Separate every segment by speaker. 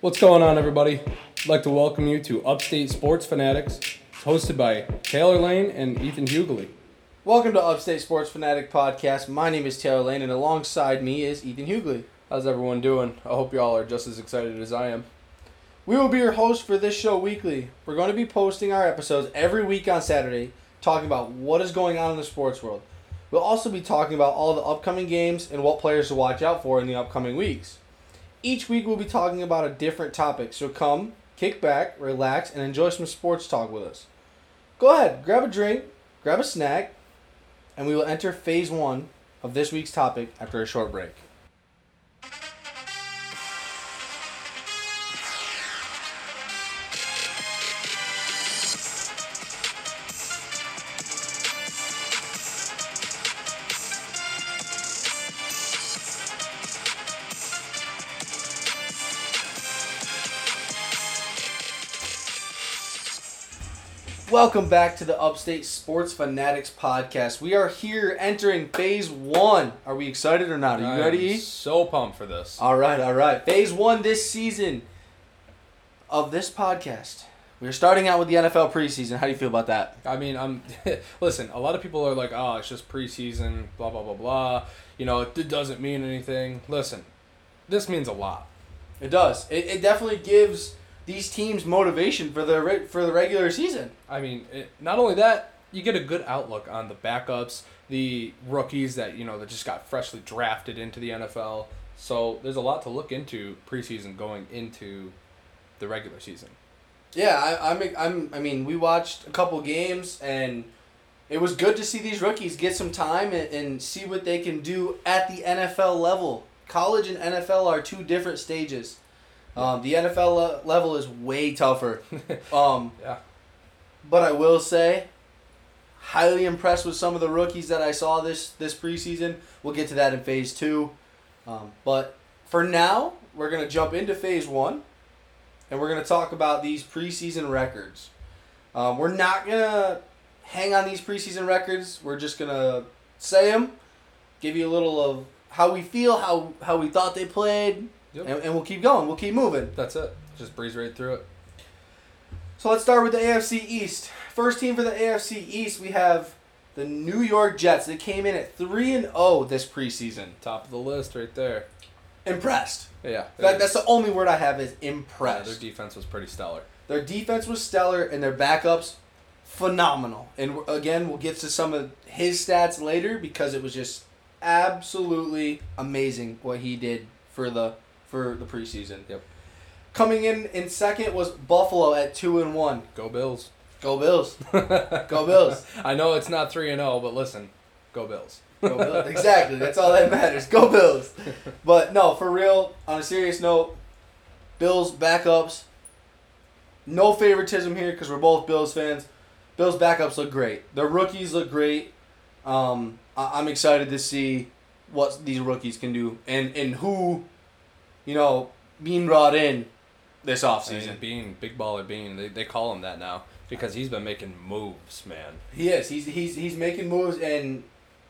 Speaker 1: What's going on, everybody? I'd like to welcome you to Upstate Sports Fanatics, It's hosted by Taylor Lane and Ethan Hughley.
Speaker 2: Welcome to Upstate Sports Fanatic Podcast. My name is Taylor Lane, and alongside me is Ethan Hughley.
Speaker 1: How's everyone doing? I hope y'all are just as excited as I am.
Speaker 2: We will be your host for this show weekly. We're going to be posting our episodes every week on Saturday, talking about what is going on in the sports world. We'll also be talking about all the upcoming games and what players to watch out for in the upcoming weeks. Each week, we'll be talking about a different topic, so come, kick back, relax, and enjoy some sports talk with us. Go ahead, grab a drink, grab a snack, and we will enter phase one of this week's topic after a short break. Welcome back to the Upstate Sports Fanatics Podcast. We are here entering phase one. Are we excited or not? Are you
Speaker 1: I am
Speaker 2: ready? E?
Speaker 1: So pumped for this.
Speaker 2: All right, all right. Phase one this season of this podcast. We're starting out with the NFL preseason. How do you feel about that?
Speaker 1: I mean, I'm listen. A lot of people are like, "Oh, it's just preseason, blah blah blah blah." You know, it doesn't mean anything. Listen, this means a lot.
Speaker 2: It does. It, it definitely gives these teams motivation for the re- for the regular season.
Speaker 1: I mean, it, not only that, you get a good outlook on the backups, the rookies that you know that just got freshly drafted into the NFL. So there's a lot to look into preseason going into the regular season.
Speaker 2: Yeah, I, I'm, I'm. I mean, we watched a couple games, and it was good to see these rookies get some time and, and see what they can do at the NFL level. College and NFL are two different stages. Um, the NFL le- level is way tougher. Um,
Speaker 1: Yeah.
Speaker 2: But I will say, highly impressed with some of the rookies that I saw this this preseason. We'll get to that in phase two, um, but for now we're gonna jump into phase one, and we're gonna talk about these preseason records. Um, we're not gonna hang on these preseason records. We're just gonna say them, give you a little of how we feel, how how we thought they played,
Speaker 1: Yep.
Speaker 2: and, and we'll keep going. We'll keep moving.
Speaker 1: That's it. Just breeze right through it.
Speaker 2: So let's start with the AFC East. First team for the AFC East, we have the New York Jets. They came in at 3 and 0 this preseason.
Speaker 1: Top of the list right there.
Speaker 2: Impressed.
Speaker 1: Yeah.
Speaker 2: That, that's the only word I have is
Speaker 1: Yeah, their
Speaker 2: impressed.
Speaker 1: defense was pretty stellar.
Speaker 2: Their defense was stellar and their backups phenomenal. And we're- again, we'll get to some of his stats later because it was just absolutely amazing what he did for the for the preseason.
Speaker 1: Yep.
Speaker 2: Coming in in second was Buffalo at 2 and 1.
Speaker 1: Go Bills.
Speaker 2: Go Bills.
Speaker 1: go
Speaker 2: Bills.
Speaker 1: I know it's not 3 and 0, but listen, go Bills.
Speaker 2: Go Bills. Exactly. That's all that matters. Go Bills. But no, for real, on a serious note, Bills backups. No favoritism here because we're both Bills fans. Bills backups look great. The rookies look great. Um, I- I'm excited to see what these rookies can do and, and who, you know, being brought in this
Speaker 1: Season
Speaker 2: offseason.
Speaker 1: Bean, Big Baller Bean, they, they call him that now because he's been making moves, man.
Speaker 2: He is. He's he's he's making moves, and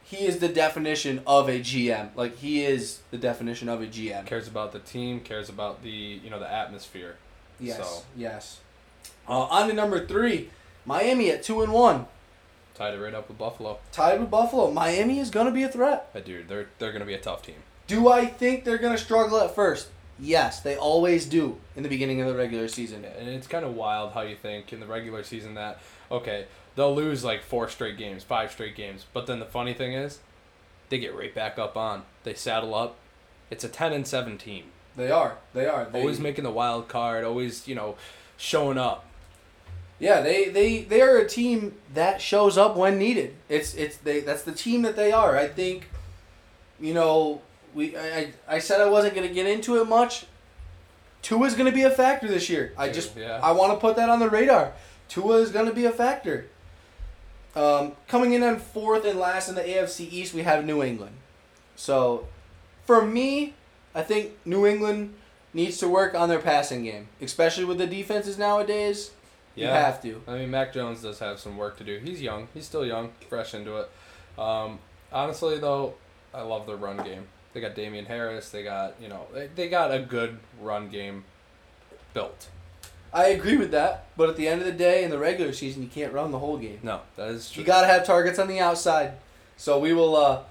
Speaker 2: he is the definition of a GM. Like he is the definition of a GM.
Speaker 1: Cares about the team, cares about the, you know, the atmosphere.
Speaker 2: Yes.
Speaker 1: So.
Speaker 2: Yes. Uh, on to number three, Miami at two and one,
Speaker 1: Tied it right up with Buffalo.
Speaker 2: tied with Buffalo. Miami is gonna be a threat.
Speaker 1: But dude, they're they're going to be a tough team.
Speaker 2: Do I think they're gonna struggle at first? Yes, they always do in the beginning of the regular season.
Speaker 1: And it's kind of wild how you think in the regular season that okay, they'll lose like four straight games, five straight games, but then the funny thing is they get right back up on. They saddle up. It's a 10 and 7 team.
Speaker 2: They are. They are. They,
Speaker 1: always making the wild card, always, you know, showing up.
Speaker 2: Yeah, they, they they are a team that shows up when needed. It's it's they that's the team that they are. I think, you know, we I, I, I said I wasn't gonna get into it much. Tua is gonna be a factor this year. I
Speaker 1: Dude,
Speaker 2: just
Speaker 1: yeah.
Speaker 2: I want to put that on the radar. Tua is gonna be a factor. Um, coming in on fourth and last in the AFC East, we have New England. So, for me, I think New England needs to work on their passing game, especially with the defenses nowadays. You have to.
Speaker 1: I mean, Mac Jones does have some work to do. He's young. He's still young, fresh into it. Um, honestly, though, I love their run game. They got Damian Harris. They got you know they, they got a good run game. built.
Speaker 2: I agree with that, but at the end of the day, in the regular season, you can't run the whole game.
Speaker 1: No, that is true.
Speaker 2: You gotta have targets on the outside. So we will. Uh,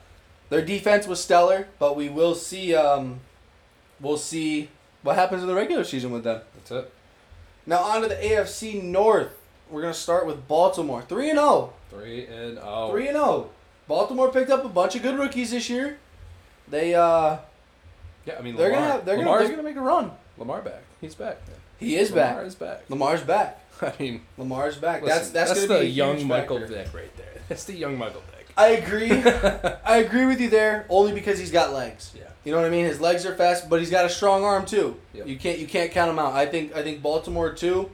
Speaker 2: their defense was stellar, but we will see. Um, we'll see what happens in the regular season with them.
Speaker 1: That's it.
Speaker 2: Now on to the AFC North. We're gonna start with Baltimore, three and zero.
Speaker 1: Three and oh.
Speaker 2: Three and zero. Baltimore picked up a bunch of good rookies this year. They uh,
Speaker 1: Yeah, I mean
Speaker 2: they're
Speaker 1: Lamar.
Speaker 2: gonna have- they're gonna
Speaker 1: Lamar's-
Speaker 2: they're gonna make a run.
Speaker 1: Lamar back. He's back.
Speaker 2: He is
Speaker 1: Lamar
Speaker 2: back.
Speaker 1: is back.
Speaker 2: Lamar's back.
Speaker 1: I mean,
Speaker 2: Lamar's back.
Speaker 1: listen,
Speaker 2: that's that's, gonna
Speaker 1: the
Speaker 2: be a
Speaker 1: young
Speaker 2: huge
Speaker 1: Michael
Speaker 2: factor.
Speaker 1: Vick right there. That's the young Michael Vick.
Speaker 2: I agree. I agree with you there, only because he's got legs.
Speaker 1: Yeah.
Speaker 2: You know what I mean? His legs are fast, but he's got a strong arm too.
Speaker 1: Yep.
Speaker 2: You can't you can't count him out. I think I think Baltimore too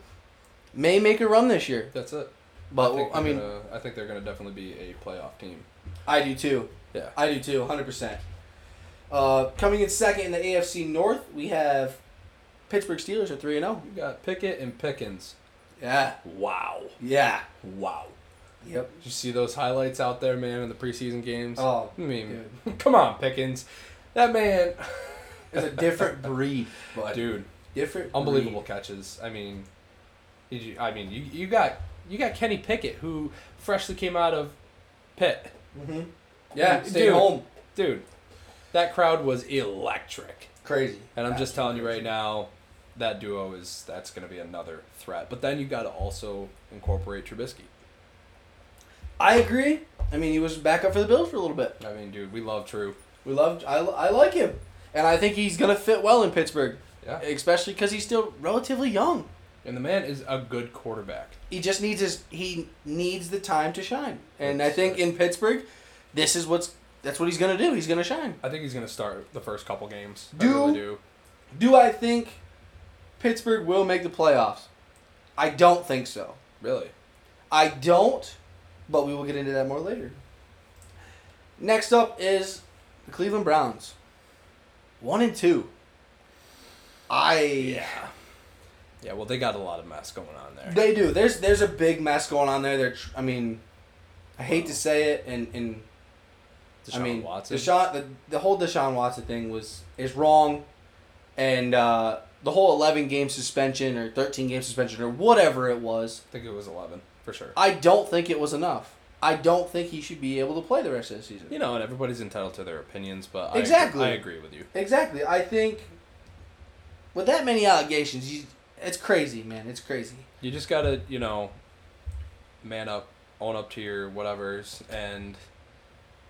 Speaker 2: may make a run this year.
Speaker 1: That's it.
Speaker 2: But
Speaker 1: I, think
Speaker 2: I
Speaker 1: they're
Speaker 2: mean,
Speaker 1: gonna- I think they're gonna definitely be a playoff team.
Speaker 2: I do too.
Speaker 1: Yeah.
Speaker 2: I do too, 100%. Uh, coming in second in the AFC North, we have Pittsburgh Steelers are 3 and oh. 0.
Speaker 1: You got Pickett and Pickens.
Speaker 2: Yeah.
Speaker 1: Wow.
Speaker 2: Yeah.
Speaker 1: Wow.
Speaker 2: Yep.
Speaker 1: Did you see those highlights out there, man, in the preseason games?
Speaker 2: Oh,
Speaker 1: I mean, come on, Pickens. That man,
Speaker 2: It's a different breed, but
Speaker 1: dude,
Speaker 2: different breed.
Speaker 1: unbelievable catches. I mean, did you? I mean, you you got you got Kenny Pickett, who freshly came out of Pitt,
Speaker 2: Mhm. Yeah,
Speaker 1: Dude.
Speaker 2: stay home.
Speaker 1: dude. That crowd was electric,
Speaker 2: Crazy.
Speaker 1: and I'm just telling you right now, that duo is that's going to be another threat. But then you got to also incorporate Trubisky.
Speaker 2: I agree. I mean, he was back up for the Bills for a little bit.
Speaker 1: I mean, dude, we love True.
Speaker 2: We loved. I, I like him, and I think he's gonna fit well in Pittsburgh,
Speaker 1: Yeah,
Speaker 2: especially because he's still relatively young.
Speaker 1: and the man is a good quarterback.
Speaker 2: He just needs his. He needs the time to shine, and I think in Pittsburgh, this is what's. That's what he's gonna do. He's gonna shine.
Speaker 1: I think he's going to start the first couple games. I
Speaker 2: Do-
Speaker 1: really do.
Speaker 2: Do I think Pittsburgh will make the playoffs? I don't think so.
Speaker 1: Really?
Speaker 2: I don't, but we will get into that more later. Next up is the Cleveland Browns. One and two. I
Speaker 1: Yeah, well, they got a lot of mess going on there.
Speaker 2: They do. There's there's a big mess going on there. They're tr- I mean, I hate to say it, and and I
Speaker 1: Deshaun
Speaker 2: mean
Speaker 1: Watson.
Speaker 2: Deshaun the, the whole Deshaun Watson thing was is wrong, and uh, the whole eleven game suspension or thirteen game suspension or whatever it was.
Speaker 1: I think it was 11, for sure.
Speaker 2: I don't think it was enough. I don't think he should be able to play the rest of the season.
Speaker 1: You know, and everybody's entitled to their opinions, but I-
Speaker 2: Exactly.
Speaker 1: I, agree with you.
Speaker 2: Exactly. I think with that many allegations, you, it's crazy, man. It's crazy.
Speaker 1: You just gotta, you know, man up, own up to your whatevers, and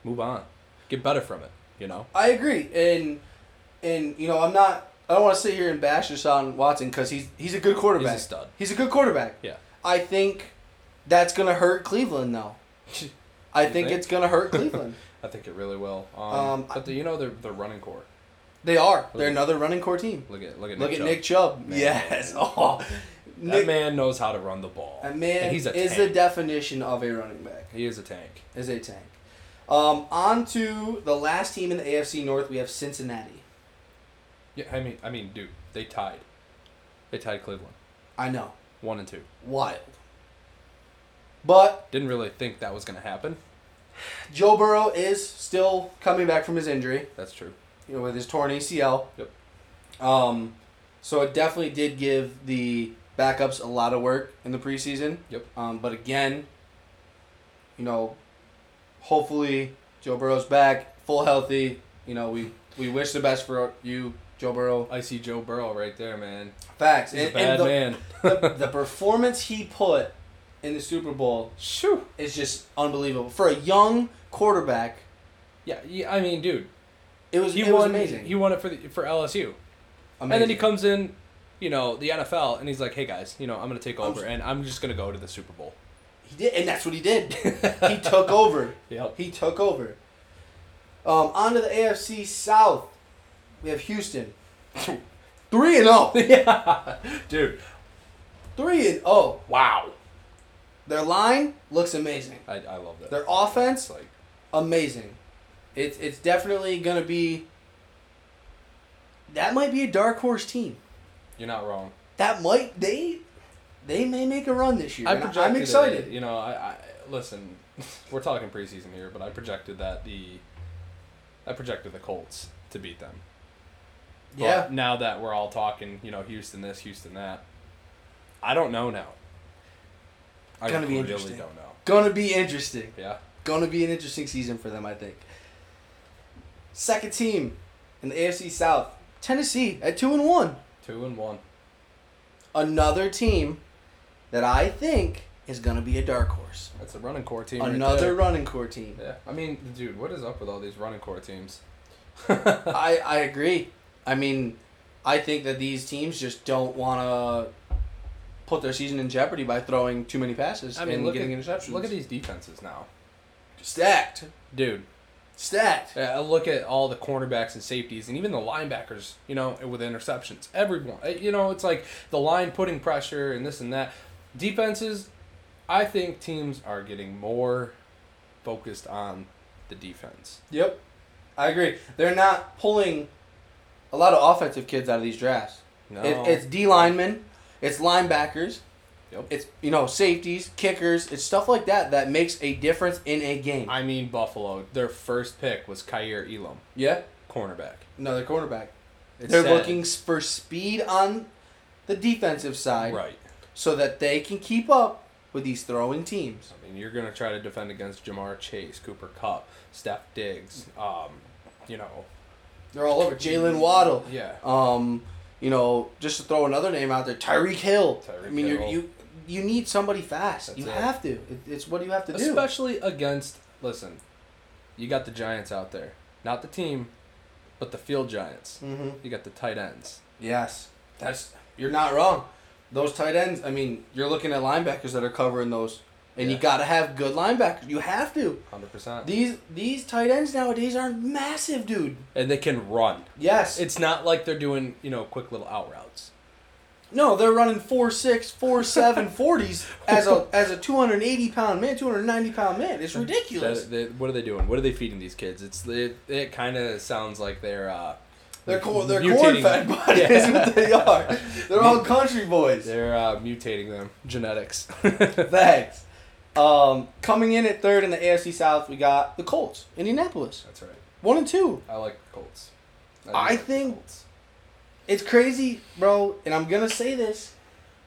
Speaker 1: move on. Get better from it, you know?
Speaker 2: I agree, and and you know I'm not. I don't want to sit here and bash Deshaun Watson because he's he's a good quarterback.
Speaker 1: He's a stud.
Speaker 2: He's a good quarterback.
Speaker 1: Yeah.
Speaker 2: I think that's gonna hurt Cleveland though. I
Speaker 1: You
Speaker 2: think,
Speaker 1: think?
Speaker 2: it's gonna hurt Cleveland.
Speaker 1: I think it really will. Um,
Speaker 2: Um,
Speaker 1: but the, you know, they're, they're running core.
Speaker 2: they are. They're
Speaker 1: at-
Speaker 2: another running core team.
Speaker 1: Look at Look at
Speaker 2: Look
Speaker 1: Nick
Speaker 2: at
Speaker 1: Chubb.
Speaker 2: Nick Chubb.
Speaker 1: Man.
Speaker 2: Yes. Oh,
Speaker 1: That
Speaker 2: Nick.
Speaker 1: man knows how to run the ball.
Speaker 2: a man
Speaker 1: and he's a
Speaker 2: is the
Speaker 1: tank.
Speaker 2: definition of a running back.
Speaker 1: he is a tank.
Speaker 2: Is a tank. Um, on to the last team in the AFC North. We have Cincinnati.
Speaker 1: Yeah, I mean, I mean, dude, they tied. They tied Cleveland.
Speaker 2: I know.
Speaker 1: One and two.
Speaker 2: Wild. But
Speaker 1: Didn't really think that was going to happen.
Speaker 2: Joe Burrow is still coming back from his injury,
Speaker 1: That's true.
Speaker 2: you know, with his torn ACL.
Speaker 1: Yep.
Speaker 2: Um, so it definitely did give the backups a lot of work in the preseason.
Speaker 1: Yep.
Speaker 2: Um, but again, you know, hopefully Joe Burrow's back, full healthy. You know, we we wish the best for you, Joe Burrow.
Speaker 1: I see Joe Burrow right there, man.
Speaker 2: Facts.
Speaker 1: He's a
Speaker 2: And,
Speaker 1: bad
Speaker 2: and the,
Speaker 1: man.
Speaker 2: the, the performance he put in the Super Bowl
Speaker 1: Shoo.
Speaker 2: is just unbelievable for a young quarterback.
Speaker 1: Yeah, yeah, I mean, dude,
Speaker 2: It was
Speaker 1: he
Speaker 2: it was
Speaker 1: won.
Speaker 2: amazing.
Speaker 1: He won it for the, for LSU, and then he
Speaker 2: Amazing.
Speaker 1: comes in, you know, the NFL, and he's like, "Hey guys, you know, I'm gonna take
Speaker 2: I'm
Speaker 1: over,
Speaker 2: just-
Speaker 1: and I'm just gonna go to the Super Bowl."
Speaker 2: He did, and that's what he did. he took over.
Speaker 1: Yep.
Speaker 2: Oh, He took over. Um, on to the AFC South. We have Houston. Three and zero.
Speaker 1: yeah, dude.
Speaker 2: Three and zero.
Speaker 1: Wow.
Speaker 2: Their line looks amazing.
Speaker 1: I, I love that.
Speaker 2: Their
Speaker 1: It's
Speaker 2: offense
Speaker 1: like
Speaker 2: amazing. It's it's definitely gonna be. That might be a dark horse team.
Speaker 1: you're not wrong.
Speaker 2: That might they, they may make a run this year. and I I'm
Speaker 1: projected
Speaker 2: excited.
Speaker 1: it, you know, I, I listen. We're talking preseason here, but I projected that the, I projected the Colts to beat them. But
Speaker 2: Yeah.
Speaker 1: Now that we're all talking, you know, Houston this, Houston that. I don't know now. I
Speaker 2: Gonna be
Speaker 1: really
Speaker 2: interesting.
Speaker 1: don't know.
Speaker 2: Gonna be interesting.
Speaker 1: Yeah.
Speaker 2: Gonna be an interesting season for them, I think. Second team in the AFC South, Tennessee at two and one.
Speaker 1: Two and one.
Speaker 2: Another team that I think is gonna be a dark horse.
Speaker 1: That's a running core team. right
Speaker 2: Another
Speaker 1: there.
Speaker 2: running core team.
Speaker 1: Yeah. I mean, dude, what is up with all these running core teams?
Speaker 2: I, I agree. I mean, I think that these teams just don't want to put their season in jeopardy by throwing too many passes
Speaker 1: I mean,
Speaker 2: and
Speaker 1: look
Speaker 2: getting
Speaker 1: at,
Speaker 2: interceptions.
Speaker 1: Look at these defenses now.
Speaker 2: Stacked.
Speaker 1: Dude,
Speaker 2: Stacked.
Speaker 1: Yeah, I look at all the cornerbacks and safeties, and even the linebackers. You know, with interceptions, everyone. uh, You know, it's like the line putting pressure and this and that. Defenses, I think teams are getting more focused on the defense.
Speaker 2: Yep. I agree. They're not pulling a lot of offensive kids out of these drafts.
Speaker 1: No,
Speaker 2: It, it's D linemen, it's linebackers,
Speaker 1: Yep.
Speaker 2: it's, you know, safeties, kickers, it's stuff like that that makes a difference in a game.
Speaker 1: I mean Buffalo. Their first pick was Kyir Elam,
Speaker 2: yeah.
Speaker 1: cornerback.
Speaker 2: Another cornerback.
Speaker 1: It's
Speaker 2: They're
Speaker 1: sad.
Speaker 2: looking for speed on the defensive side.
Speaker 1: right.
Speaker 2: so that they can keep up with these throwing teams.
Speaker 1: I mean, you're gonna try to defend against Jamar Chase, Cooper Cup, Steph Diggs. Um, you know,
Speaker 2: They're all over Jalen Waddle.
Speaker 1: yeah.
Speaker 2: Um, you know, just to throw another name out there, Tyreek Hill. I
Speaker 1: Tyreek
Speaker 2: mean, you
Speaker 1: Hill.
Speaker 2: you you need somebody fast.
Speaker 1: That's
Speaker 2: you
Speaker 1: it.
Speaker 2: have to. It, it's what you have to do.
Speaker 1: Especially against, listen, you got the Giants out there. Not the team, but the field Giants.
Speaker 2: hmm
Speaker 1: You got the tight ends.
Speaker 2: Yes, that's you're not wrong. Those tight ends. I mean, you're looking at linebackers that are covering those, and you
Speaker 1: Yeah.
Speaker 2: got to have good linebackers. You have to.
Speaker 1: 100%.
Speaker 2: These these tight ends nowadays are massive, dude.
Speaker 1: And they can run.
Speaker 2: Yes,
Speaker 1: It's not like they're doing, you know, quick little out routes.
Speaker 2: No, they're running four six, four seven forties as a as a two hundred eighty pound man, two hundred ninety pound man. It's ridiculous.
Speaker 1: That- that- what are they doing? What are they feeding these kids? It's It, it kind of sounds like they're. Uh,
Speaker 2: They're cor- they're
Speaker 1: mutating-
Speaker 2: corn fed bodies.
Speaker 1: Yeah.
Speaker 2: Is what they are. They're all country boys.
Speaker 1: They're uh, mutating them. Genetics.
Speaker 2: Thanks. Um, coming in at third in the AFC South, we got the Colts, Indianapolis,
Speaker 1: That's right.
Speaker 2: one and two.
Speaker 1: I like the Colts. do
Speaker 2: I
Speaker 1: like the
Speaker 2: think-
Speaker 1: Colts.
Speaker 2: It's crazy, bro, and I'm gonna say this,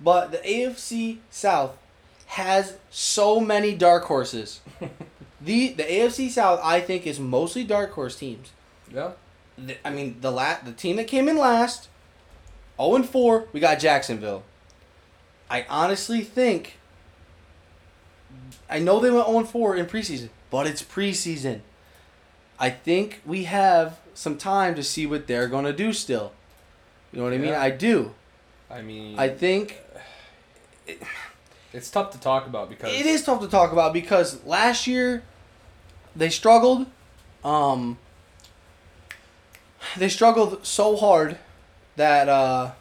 Speaker 2: but the AFC South has so many dark horses. the the AFC South, I think, is mostly dark horse teams.
Speaker 1: Yeah.
Speaker 2: the, I mean the la- the team that came in last, zero and four. We got Jacksonville. I honestly think. I know they went 0 and 4 in preseason, but it's preseason. I think we have some time to see what they're going to do still. You know what I mean?
Speaker 1: Yeah.
Speaker 2: I do.
Speaker 1: I mean,
Speaker 2: I think
Speaker 1: it's tough to talk about because.
Speaker 2: it is tough to talk about because last year they struggled. Um, they struggled so hard that uh,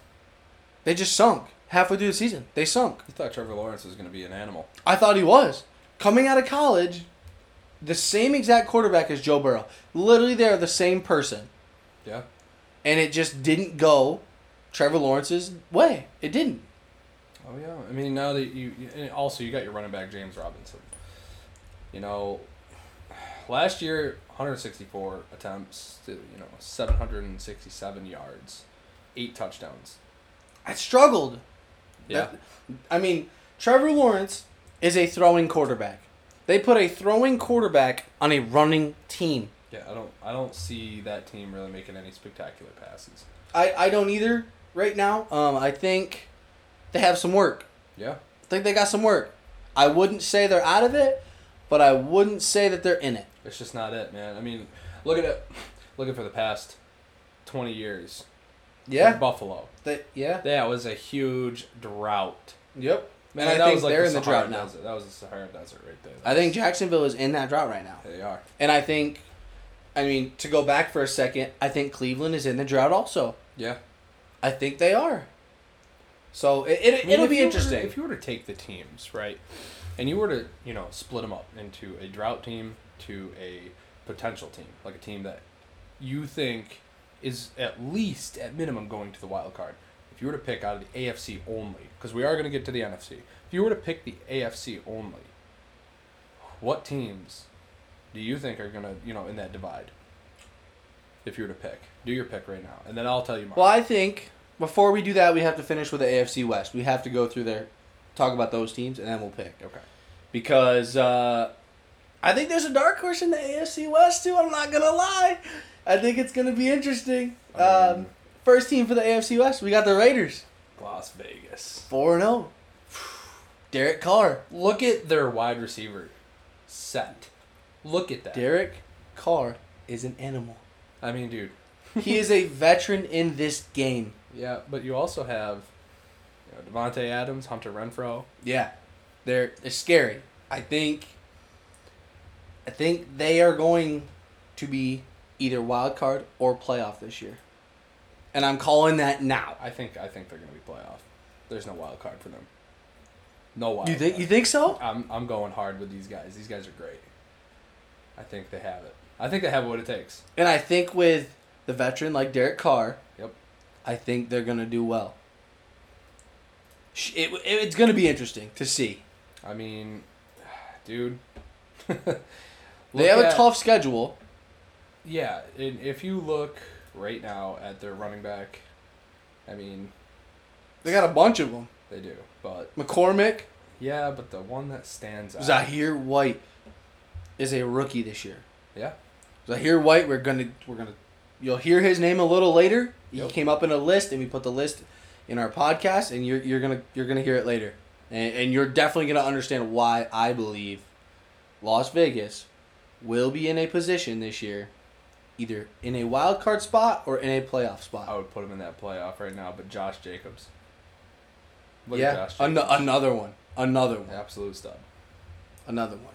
Speaker 2: they just sunk halfway through the season. They sunk.
Speaker 1: I thought Trevor Lawrence was going to be an animal.
Speaker 2: I thought he was coming out of college, the same exact quarterback as Joe Burrow. Literally, they are the same person,
Speaker 1: Yeah.
Speaker 2: and it just didn't go Trevor Lawrence's way. It didn't.
Speaker 1: Oh yeah. I mean, now that you you- and also you got your running back James Robinson. You know, last year 164 attempts, to, you know, 767 yards, eight touchdowns.
Speaker 2: I struggled.
Speaker 1: Yeah.
Speaker 2: That- I mean, Trevor Lawrence is a throwing quarterback. They put a throwing quarterback on a running team.
Speaker 1: yeah. I don't. I don't see that team really making any spectacular passes.
Speaker 2: I, I don't either right now. Um, I think they have some work.
Speaker 1: Yeah.
Speaker 2: I think they got some work. I wouldn't say they're out of it, but I wouldn't say that they're in it.
Speaker 1: It's just not it, man. I mean, look at it. Looking for the past 20 years.
Speaker 2: Yeah.
Speaker 1: Buffalo.
Speaker 2: They, yeah.
Speaker 1: That was a huge drought.
Speaker 2: Yep.
Speaker 1: Man,
Speaker 2: and
Speaker 1: that
Speaker 2: I think
Speaker 1: was like
Speaker 2: they're in the
Speaker 1: Sahara
Speaker 2: drought now.
Speaker 1: Desert. That was the Sahara Desert right there.
Speaker 2: I think Jacksonville is in that drought right now.
Speaker 1: they are.
Speaker 2: And I think, I mean, to go back for a second, I think Cleveland is in the drought also.
Speaker 1: Yeah.
Speaker 2: I think they are. So it, it,
Speaker 1: I mean,
Speaker 2: it'll
Speaker 1: if
Speaker 2: be
Speaker 1: you were-
Speaker 2: interesting.
Speaker 1: if you were to take the teams, right, and you were to, you know, split them up into a drought team to a potential team, like a team that you think is at least, at minimum, going to the wild card. If you were to pick out of the AFC only, because we are going to get to the NFC, if you were to pick the AFC only, what teams do you think are going to, you know, in that divide? if you were to pick? Do your pick right now, and then I'll tell you mine.
Speaker 2: Well, I think before we do that, we have to finish with the AFC West. We have to go through there, talk about those teams, and then we'll pick.
Speaker 1: okay.
Speaker 2: Because uh, I think there's a dark horse in the AFC West, too. I'm not going to lie. I think it's going to be interesting. Um,
Speaker 1: Um,
Speaker 2: first team for the AFC West, we got the Raiders.
Speaker 1: Las Vegas.
Speaker 2: 4 0. Derek Carr.
Speaker 1: Look at their wide receiver set. Look at that.
Speaker 2: Derek Carr is an animal.
Speaker 1: I mean, dude.
Speaker 2: He is a veteran in this game.
Speaker 1: Yeah, but you also have you know, Devonte Adams, Hunter Renfro.
Speaker 2: Yeah, they're they're scary. I think. I think they are going to be either wild card or playoff this year, and I'm calling that now.
Speaker 1: I think I think they're gonna be playoff. There's no wild card for them. No wild.
Speaker 2: You think
Speaker 1: card.
Speaker 2: you think so?
Speaker 1: I'm I'm going hard with these guys. These guys are great. I think they have it. I think they have what it takes.
Speaker 2: And I think with the veteran like Derek Carr,
Speaker 1: Yep.
Speaker 2: I think they're gonna do well. Sh- It, it- it's gonna be interesting to see.
Speaker 1: I mean, dude.
Speaker 2: They have a tough schedule.
Speaker 1: Yeah, and if you look right now at their running back, I mean,
Speaker 2: They got a bunch of them.
Speaker 1: they do. But
Speaker 2: McCormick,
Speaker 1: yeah, but the one that stands out.
Speaker 2: Zahir White, is a rookie this year.
Speaker 1: Yeah.
Speaker 2: Zahir White, we're gonna we're gonna you'll hear his name a little later. He
Speaker 1: Yep.
Speaker 2: came up in a list and we put the list in our podcast and you're you're gonna you're gonna hear it later. And, and you're definitely gonna understand why I believe Las Vegas will be in a position this year, either in a wild card spot or in a playoff
Speaker 1: I
Speaker 2: spot.
Speaker 1: would put him in that playoff right now, but Josh Jacobs. Look
Speaker 2: yeah,
Speaker 1: at Josh
Speaker 2: an-
Speaker 1: Jacobs.
Speaker 2: another one, another one,
Speaker 1: Absolute stud.
Speaker 2: another one.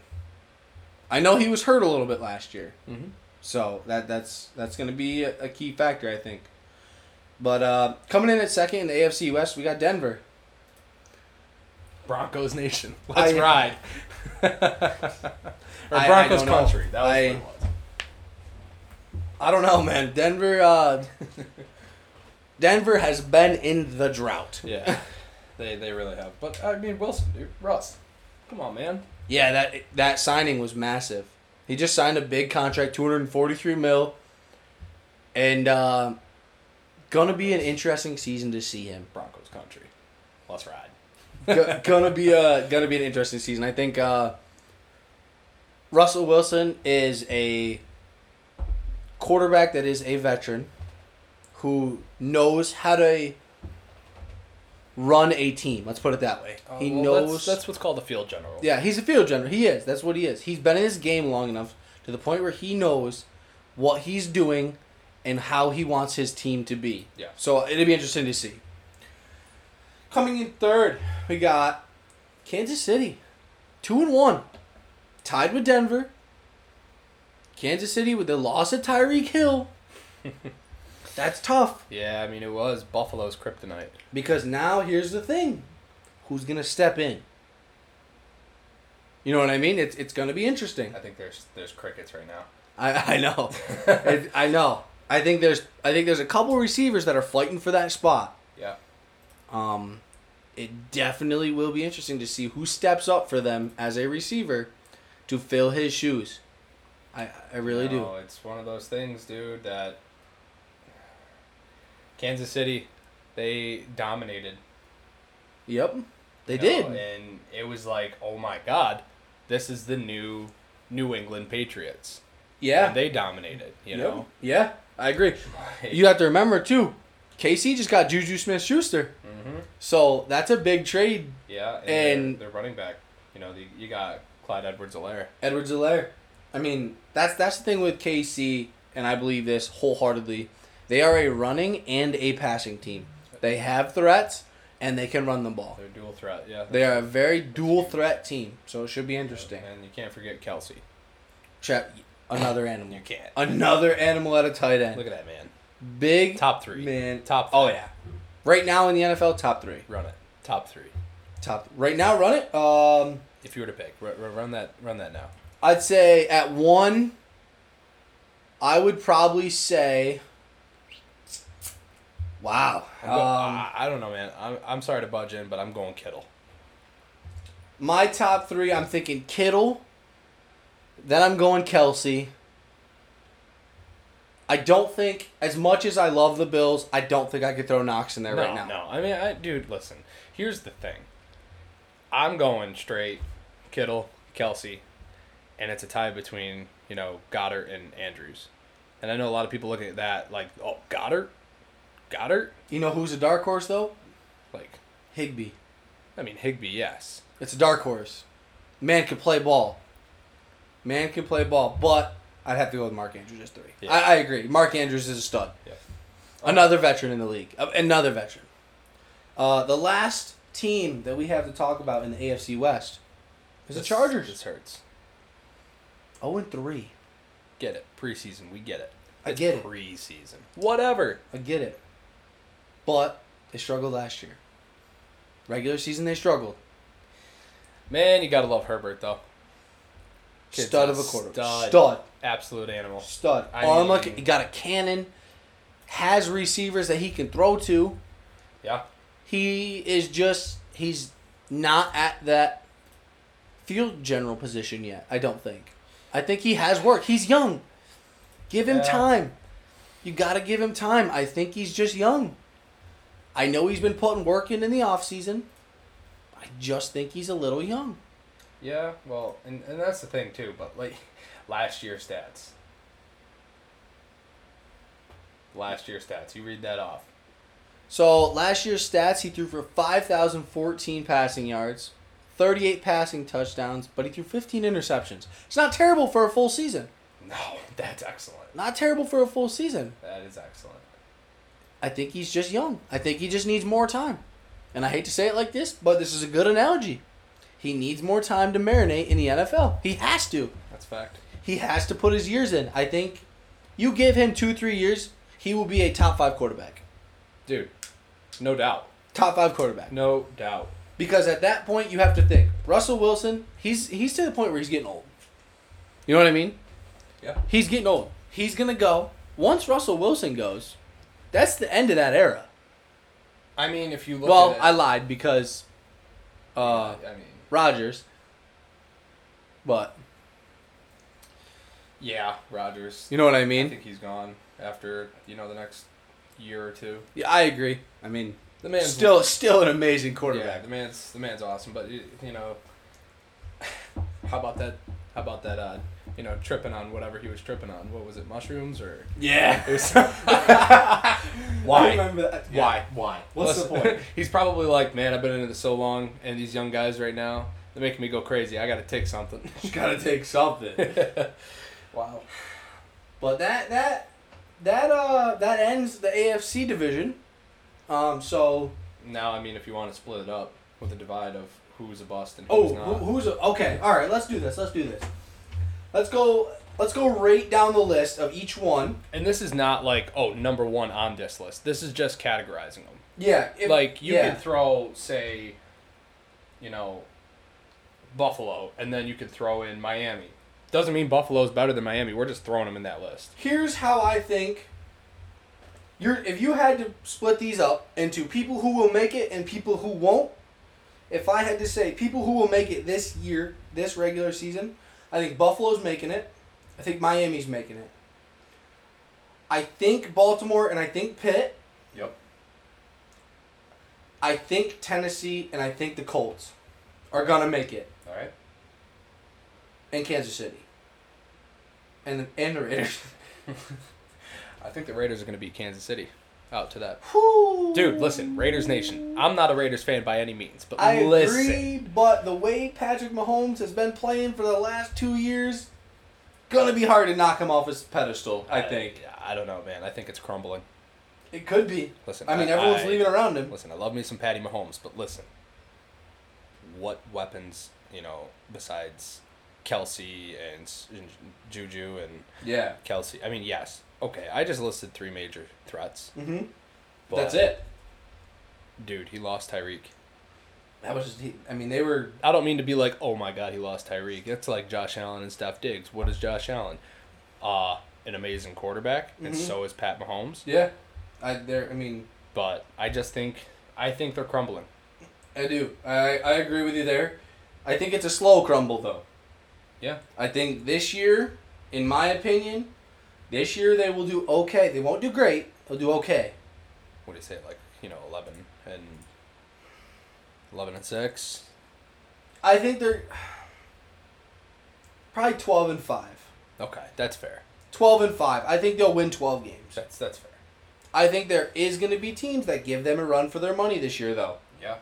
Speaker 2: I know he was hurt a little bit last year.
Speaker 1: Mm-hmm.
Speaker 2: So that that's that's going to be a, a key factor, I think. But uh, coming in at second in the AFC West, we got Denver.
Speaker 1: Broncos Nation.
Speaker 2: I-
Speaker 1: Let's ride. or
Speaker 2: I- I
Speaker 1: Broncos
Speaker 2: don't know.
Speaker 1: Country. That was
Speaker 2: I-
Speaker 1: what it was.
Speaker 2: I don't know, man. Denver. Uh, Denver has been in the drought.
Speaker 1: Yeah, they they really have. But I mean, Wilson, dude, Russ, come on, man.
Speaker 2: Yeah, that that signing was massive. He just signed a big contract, two hundred and forty three mil, and uh, gonna be an interesting season to see him.
Speaker 1: Broncos country, let's ride.
Speaker 2: Go- gonna be a gonna be an interesting season. I think uh, Russell Wilson is a quarterback that is a veteran who knows how to run a team. Let's put it that way. he knows.
Speaker 1: Uh, That's, what's called a field general.
Speaker 2: yeah, he's a field general. He is. That's what he is. He's been in his game long enough to the point where he knows what he's doing and how he wants his team to be.
Speaker 1: Yeah.
Speaker 2: So it'll be interesting to see. Coming in third, we got Kansas City, two and one, tied with Denver. Kansas City with the loss of Tyreek Hill. That's tough
Speaker 1: Yeah, I mean it was Buffalo's kryptonite.
Speaker 2: because now here's the thing: who's gonna step in? You know what I mean? It's it's gonna be interesting.
Speaker 1: I think there's there's crickets right now.
Speaker 2: I I know, I, I know. I think there's I think there's a couple receivers that are fighting for that spot.
Speaker 1: Yeah,
Speaker 2: Um, it definitely will be interesting to see who steps up for them as a receiver to fill his shoes. I I really
Speaker 1: No, It's one of those things, dude. That Kansas City, they dominated.
Speaker 2: do. Yep, they
Speaker 1: you
Speaker 2: did.
Speaker 1: know, and it was like, oh my god, this is the new New England Patriots.
Speaker 2: yeah,
Speaker 1: and they dominated. You
Speaker 2: Yep.
Speaker 1: know,
Speaker 2: Yeah, I agree.
Speaker 1: Like-
Speaker 2: You have to remember too. KC just got Juju Smith Schuster,
Speaker 1: Mhm.
Speaker 2: so that's a big trade.
Speaker 1: Yeah,
Speaker 2: And-
Speaker 1: their, their running back, you know, the, you got Clyde Edwards-Helaire.
Speaker 2: Edwards Alaire. I mean, that's that's the thing with KC, and I believe this wholeheartedly. They are a running and a passing team. They have threats and they can run the ball.
Speaker 1: They're dual threat. Yeah,
Speaker 2: They are a very dual threat team, so it should be interesting.
Speaker 1: And you can't forget Kelsey.
Speaker 2: Chat another animal.
Speaker 1: You can't.
Speaker 2: Another animal at a tight end.
Speaker 1: Look at that man.
Speaker 2: Big
Speaker 1: Top three.
Speaker 2: man.
Speaker 1: Top.
Speaker 2: Oh yeah. Right now in the NFL, top three.
Speaker 1: Run it. Top three.
Speaker 2: Top right now, run it. Um,
Speaker 1: If you were to pick, run, run that. Run that now.
Speaker 2: I'd say at one. I would probably say. Wow.
Speaker 1: I'm go-
Speaker 2: Um,
Speaker 1: I, I don't know, man. I'm, I'm sorry to budge in, but I'm going Kittle.
Speaker 2: my top three. I'm thinking Kittle. Then I'm going Kelsey. I don't think, as much as I love the Bills, I don't think I could throw Knox in there
Speaker 1: no,
Speaker 2: right now.
Speaker 1: no. I mean, I dude, listen. Here's the thing. I'm going straight, Kittle, Kelsey, and it's a tie between you know Goddard and Andrews, and I know a lot of people looking at that like, oh Goddard, Goddard,
Speaker 2: You know who's a dark horse though?
Speaker 1: like,
Speaker 2: Higby.
Speaker 1: I mean Higby, yes,
Speaker 2: It's a dark horse. Man can play ball. Man can play ball, but I'd have to go with Mark Andrews as three.
Speaker 1: Yeah.
Speaker 2: I, I agree. Mark Andrews is a stud.
Speaker 1: Yeah.
Speaker 2: Another veteran in the league. Uh, Another veteran. Uh, the last team that we have to talk about in the AFC West is the
Speaker 1: This-
Speaker 2: Chargers.
Speaker 1: This hurts.
Speaker 2: Oh and three.
Speaker 1: Get it. Preseason, we get it.
Speaker 2: I get it.
Speaker 1: Preseason, whatever.
Speaker 2: I get it. But they struggled last year. Regular season they struggled.
Speaker 1: Man, you gotta love Herbert though. Kid's
Speaker 2: Stud
Speaker 1: a
Speaker 2: of a quarterback.
Speaker 1: stud.
Speaker 2: stud.
Speaker 1: Absolute animal.
Speaker 2: stud.
Speaker 1: I
Speaker 2: Arm
Speaker 1: mean-
Speaker 2: like he got a cannon, has receivers that he can throw to.
Speaker 1: Yeah.
Speaker 2: He is just he's not at that field general position yet. I don't think. I think he has work. He's young. Give him
Speaker 1: Yeah.
Speaker 2: time. You got to give him time. I think he's just young. I know he's been putting work in in the offseason. I just think he's a little young.
Speaker 1: Yeah, well, and, and that's the thing too. But like last year stats, last year stats. You read that off.
Speaker 2: So last year's stats, he threw for 5,014 passing yards, 38 passing touchdowns, but he threw 15 interceptions. It's not terrible for a full season.
Speaker 1: No, that's excellent.
Speaker 2: Not terrible for a full season.
Speaker 1: That is excellent.
Speaker 2: I think he's just young. I think he just needs more time. And I hate to say it like this, but this is a good analogy. He needs more time to marinate in the NFL. He has to.
Speaker 1: That's fact.
Speaker 2: He has to put his years in. I think you give him two, three years, he will be a top five quarterback.
Speaker 1: Dude, no doubt.
Speaker 2: Top five quarterback.
Speaker 1: No doubt.
Speaker 2: Because at that point, you have to think Russell Wilson. He's he's to the point where he's getting old. You know what I mean?
Speaker 1: Yeah.
Speaker 2: He's getting old. He's gonna go. Once Russell Wilson goes, that's the end of that era.
Speaker 1: I mean, if you look
Speaker 2: well, I
Speaker 1: at it,
Speaker 2: lied because uh,
Speaker 1: I mean,
Speaker 2: Rogers. But
Speaker 1: yeah, Rogers.
Speaker 2: you know what I
Speaker 1: I
Speaker 2: mean?
Speaker 1: think he's gone after you know the next year or two.
Speaker 2: Yeah, I agree. I mean,
Speaker 1: The man's
Speaker 2: still still an amazing
Speaker 1: Yeah,
Speaker 2: quarterback.
Speaker 1: the man's the man's awesome, but you, you know, how about that? How about that? Uh, you know, tripping on whatever he was tripping on. What was it? Mushrooms or?
Speaker 2: Yeah.
Speaker 1: It was-
Speaker 2: I
Speaker 1: Why?
Speaker 2: remember that. Yeah.
Speaker 1: Why? Why?
Speaker 2: What's the point?
Speaker 1: he's probably like, man, I've been in it so long, and these young guys right now, they're making me go crazy. I got to take something.
Speaker 2: You gotta take something. Wow. But that that that uh that ends the AFC division. Um so
Speaker 1: now, I mean, if you want to split it up with a divide of who's a bust and
Speaker 2: oh
Speaker 1: who's not.
Speaker 2: who, who's a, okay, all right, let's do this. Let's do this. Let's go let's go rate down the list of each one.
Speaker 1: and this is not like, oh, number one on this list. This is just categorizing them.
Speaker 2: Yeah, if-
Speaker 1: like you
Speaker 2: yeah.
Speaker 1: could throw say you know buffalo and then you could throw in miami doesn't mean buffalo's better than miami we're just throwing them in that list
Speaker 2: Here's how I think you're if you had to split these up into people who will make it and people who won't, if I had to say people who will make it this year, this regular season, I think Buffalo's making it. I think Miami's making it. I think Baltimore and I think Pitt.
Speaker 1: yep
Speaker 2: I think Tennessee and I think the Colts are gonna make it.
Speaker 1: all right
Speaker 2: And Kansas City. And and the Raiders.
Speaker 1: i think the raiders are going to beat kansas city out to that
Speaker 2: Whew.
Speaker 1: dude listen raiders nation i'm not a raiders fan by any means but
Speaker 2: I
Speaker 1: listen
Speaker 2: agree, but the way Patrick Mahomes has been playing for the last two years, gonna be hard to knock him off his pedestal. I think
Speaker 1: I, don't know man i think it's crumbling
Speaker 2: it could be.
Speaker 1: listen
Speaker 2: I mean, everyone's
Speaker 1: I-
Speaker 2: leaving around him.
Speaker 1: listen i love me some patty mahomes but listen what weapons you know besides kelsey and, and juju and
Speaker 2: Yeah.
Speaker 1: Kelsey. I mean, yes. Okay, I just listed three major threats.
Speaker 2: Mm-hmm.
Speaker 1: But
Speaker 2: That's it.
Speaker 1: Dude, he lost Tyreek.
Speaker 2: That was. Just, he, I mean, they were.
Speaker 1: I don't mean to be like, oh my god, he lost Tyreek. That's like Josh Allen and Steph Diggs. What is Josh Allen? Uh, an amazing quarterback, and
Speaker 2: Mhm.
Speaker 1: so is Pat Mahomes.
Speaker 2: Yeah. I there. I mean,
Speaker 1: But I just think, I think they're crumbling.
Speaker 2: I do. I I agree with you there. I think it's a slow crumble though.
Speaker 1: Yeah.
Speaker 2: I think this year, in my opinion, This year they will do okay. They won't do great. They'll do okay.
Speaker 1: What do you say? Like you know, eleven and eleven and six.
Speaker 2: I think they're probably 12 and 5.
Speaker 1: Okay, that's fair.
Speaker 2: 12 and 5. I think they'll win 12 games.
Speaker 1: That's that's fair.
Speaker 2: I think there is going to be teams that give them a run for their money this year, though.
Speaker 1: Yeah,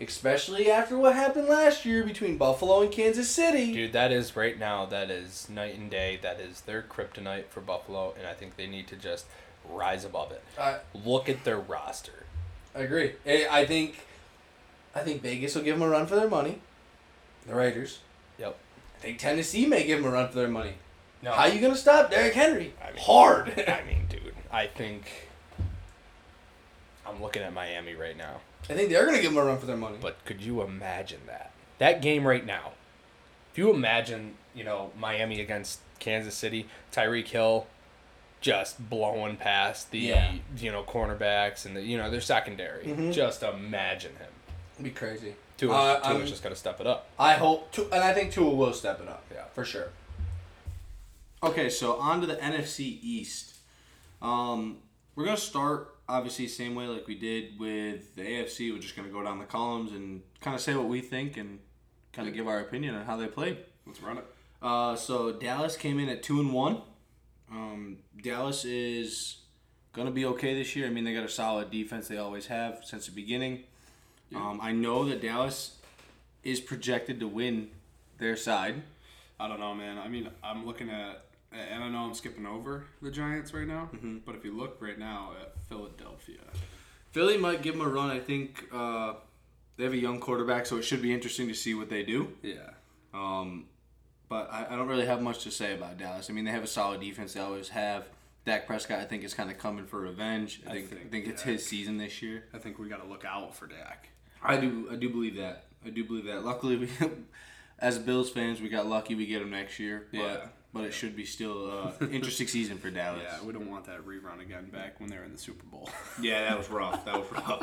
Speaker 2: Especially after what happened last year between Buffalo and Kansas City.
Speaker 1: dude, that is right now. That is night and day. That is their kryptonite for Buffalo, and I think they need to just rise above it.
Speaker 2: I,
Speaker 1: Look at their roster.
Speaker 2: I agree. I, I think I think Vegas will give them a run for their money. The Raiders.
Speaker 1: Yep.
Speaker 2: I think Tennessee may give them a run for their money.
Speaker 1: No,
Speaker 2: How you going to stop Derrick Henry?
Speaker 1: I mean-
Speaker 2: Hard.
Speaker 1: I mean, dude, I think I'm looking at Miami right now.
Speaker 2: I think they're going to give them a run for their money.
Speaker 1: But could you imagine that? That game right now. If you imagine, you know, Miami against Kansas City, Tyreek Hill just blowing past the
Speaker 2: Yeah.
Speaker 1: you know cornerbacks and the you know their secondary.
Speaker 2: Mhm.
Speaker 1: Just imagine him.
Speaker 2: It'd be crazy.
Speaker 1: Tua,
Speaker 2: Uh,
Speaker 1: Tua's
Speaker 2: I'm-
Speaker 1: just got to step it up.
Speaker 2: I hope, Tu- and I think Tua will step it up.
Speaker 1: Yeah.
Speaker 2: for sure. Okay, so on to the NFC East. Um, we're gonna start obviously same way like we did with the AFC. We're just gonna go down the columns and kind of say what we think and kind of give our opinion on how they played.
Speaker 1: Let's run it.
Speaker 2: Uh, so Dallas came in at two and one. Um, Dallas is gonna be okay this year. I mean, they got a solid defense. They always have since the beginning. Um, I know that Dallas is projected to win their side.
Speaker 3: I don't know, man. I mean, I'm looking at, and I know I'm skipping over the Giants right now,
Speaker 1: Mm-hmm.
Speaker 3: but if you look right now at Philadelphia,
Speaker 2: Philly might give them a run. I think uh, they have a young quarterback, so it should be interesting to see what they do.
Speaker 3: yeah,
Speaker 2: Um, but I, I don't really have much to say about Dallas. I mean, they have a solid defense. They always have. Dak Prescott, I think, is kind of coming for revenge. I think, I think,
Speaker 3: think
Speaker 2: it's his season this year.
Speaker 3: I think we got to look out for Dak.
Speaker 2: I do. I do believe that. I do believe that. Luckily, we, as Bills fans, we got lucky. We get him next year. But,
Speaker 3: Yeah.
Speaker 2: But it should be still uh, interesting season for Dallas.
Speaker 3: Yeah, we don't want that rerun again back when they were in the Super Bowl.
Speaker 2: Yeah, that was rough. That was rough.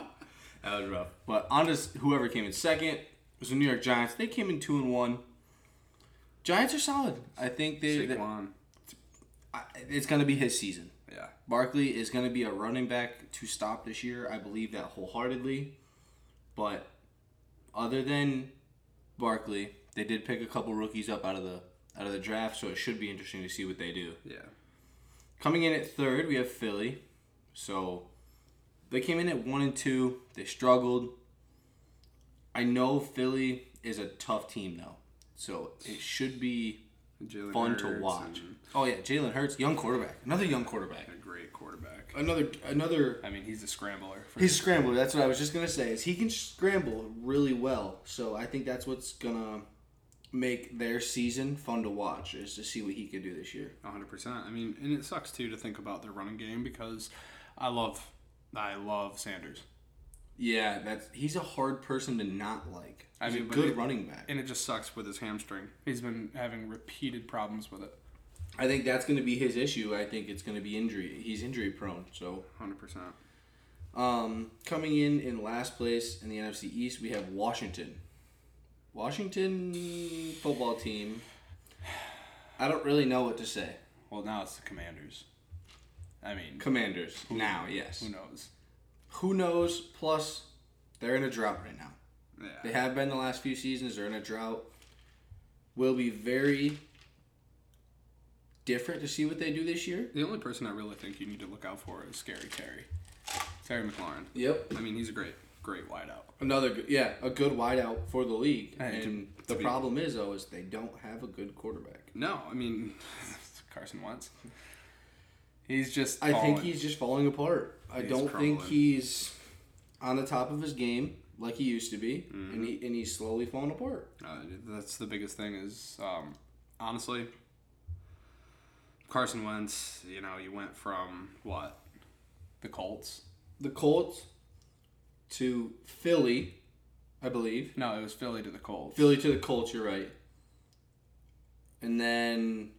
Speaker 2: That was rough. But on to s- whoever came in second it was the New York Giants. They came in two and one. Giants are solid. I think they. they
Speaker 3: Saquon,
Speaker 2: I, it's going to be his season.
Speaker 3: yeah,
Speaker 2: Barkley is going to be a running back to stop this year. I believe that wholeheartedly. But other than Barkley, they did pick a couple rookies up out of the out of the draft, so it should be interesting to see what they do.
Speaker 3: yeah.
Speaker 2: Coming in at third, we have Philly. So they came in at one and two. They struggled. I know Philly is a tough team though, so it should be
Speaker 3: Jalen
Speaker 2: fun to
Speaker 3: Hurts
Speaker 2: watch.
Speaker 3: and
Speaker 2: Oh yeah, Jalen Hurts, young quarterback, another young quarterback,
Speaker 3: A great quarterback.
Speaker 2: another another.
Speaker 3: I mean, he's a scrambler. For
Speaker 2: He's a scrambler. That's what I was just gonna say. Is he can scramble really well. So I think that's what's gonna make their season fun to watch. Is to see what he can do this year.
Speaker 3: 100%. I mean, and it sucks too to think about their running game because I love, I love Sanders.
Speaker 2: Yeah, that's he's a hard person to not like.
Speaker 3: I
Speaker 2: He's
Speaker 3: mean,
Speaker 2: a
Speaker 3: but
Speaker 2: good
Speaker 3: it-
Speaker 2: running back.
Speaker 3: And it just sucks with his hamstring. He's been having repeated problems with it.
Speaker 2: I think that's going to be his issue. I think it's going to be injury. He's injury prone. So,
Speaker 3: 100%.
Speaker 2: um, coming in in last place in the NFC East, we have Washington. Washington football team. I don't really know what to say.
Speaker 3: Well, now it's the Commanders. I mean,
Speaker 2: Commanders now, yes.
Speaker 3: who knows?
Speaker 2: Who knows? Plus, they're in a drought right now. They
Speaker 3: Yeah.
Speaker 2: have been the last few seasons. They're in a drought. Will be very different to see what they do this year.
Speaker 3: The only person I really think you need to look out for is Scary Terry. Terry McLaurin.
Speaker 2: Yep.
Speaker 3: I mean, he's a great, great wideout.
Speaker 2: Another good, yeah, a good wideout for the league.
Speaker 3: Hey, to-
Speaker 2: and
Speaker 3: to
Speaker 2: the
Speaker 3: be-
Speaker 2: problem is though is they don't have a good quarterback.
Speaker 3: No, I mean, Carson Wentz. He's just.
Speaker 2: I think
Speaker 3: falling.
Speaker 2: he's just falling apart. I
Speaker 3: He's
Speaker 2: don't think
Speaker 3: crumbling.
Speaker 2: he's on the top of his game like he used to be, and
Speaker 3: Mm-hmm.
Speaker 2: he and he's slowly falling apart.
Speaker 3: Uh, that's the biggest thing is um, honestly, Carson Wentz. You know, you went from what the Colts.
Speaker 2: The Colts to Philly, I believe.
Speaker 3: No, it was Philly to the Colts.
Speaker 2: Philly to the Colts. You're right. And then,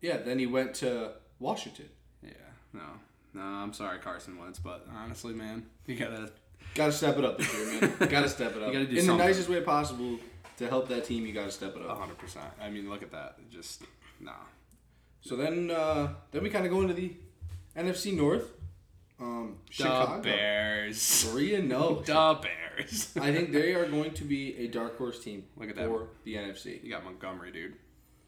Speaker 2: yeah, then he went to Washington.
Speaker 3: Yeah. No. No, I'm sorry, Carson Wentz, but honestly, man, you gotta.
Speaker 2: Gotta step it up this year, man. gotta step it up.
Speaker 3: gotta do
Speaker 2: In the
Speaker 3: something. Uh-huh.
Speaker 2: nicest way possible to help that team, you gotta step it up.
Speaker 3: 100%. I mean, look at that. Just, nah.
Speaker 2: So then, uh, then we kind of go into the NFC North. Um, Chicago,
Speaker 3: The Bears.
Speaker 2: three and no.
Speaker 3: The Bears.
Speaker 2: I think they are going to be a dark horse team.
Speaker 3: Look at that.
Speaker 2: for the NFC.
Speaker 3: You got Montgomery, dude.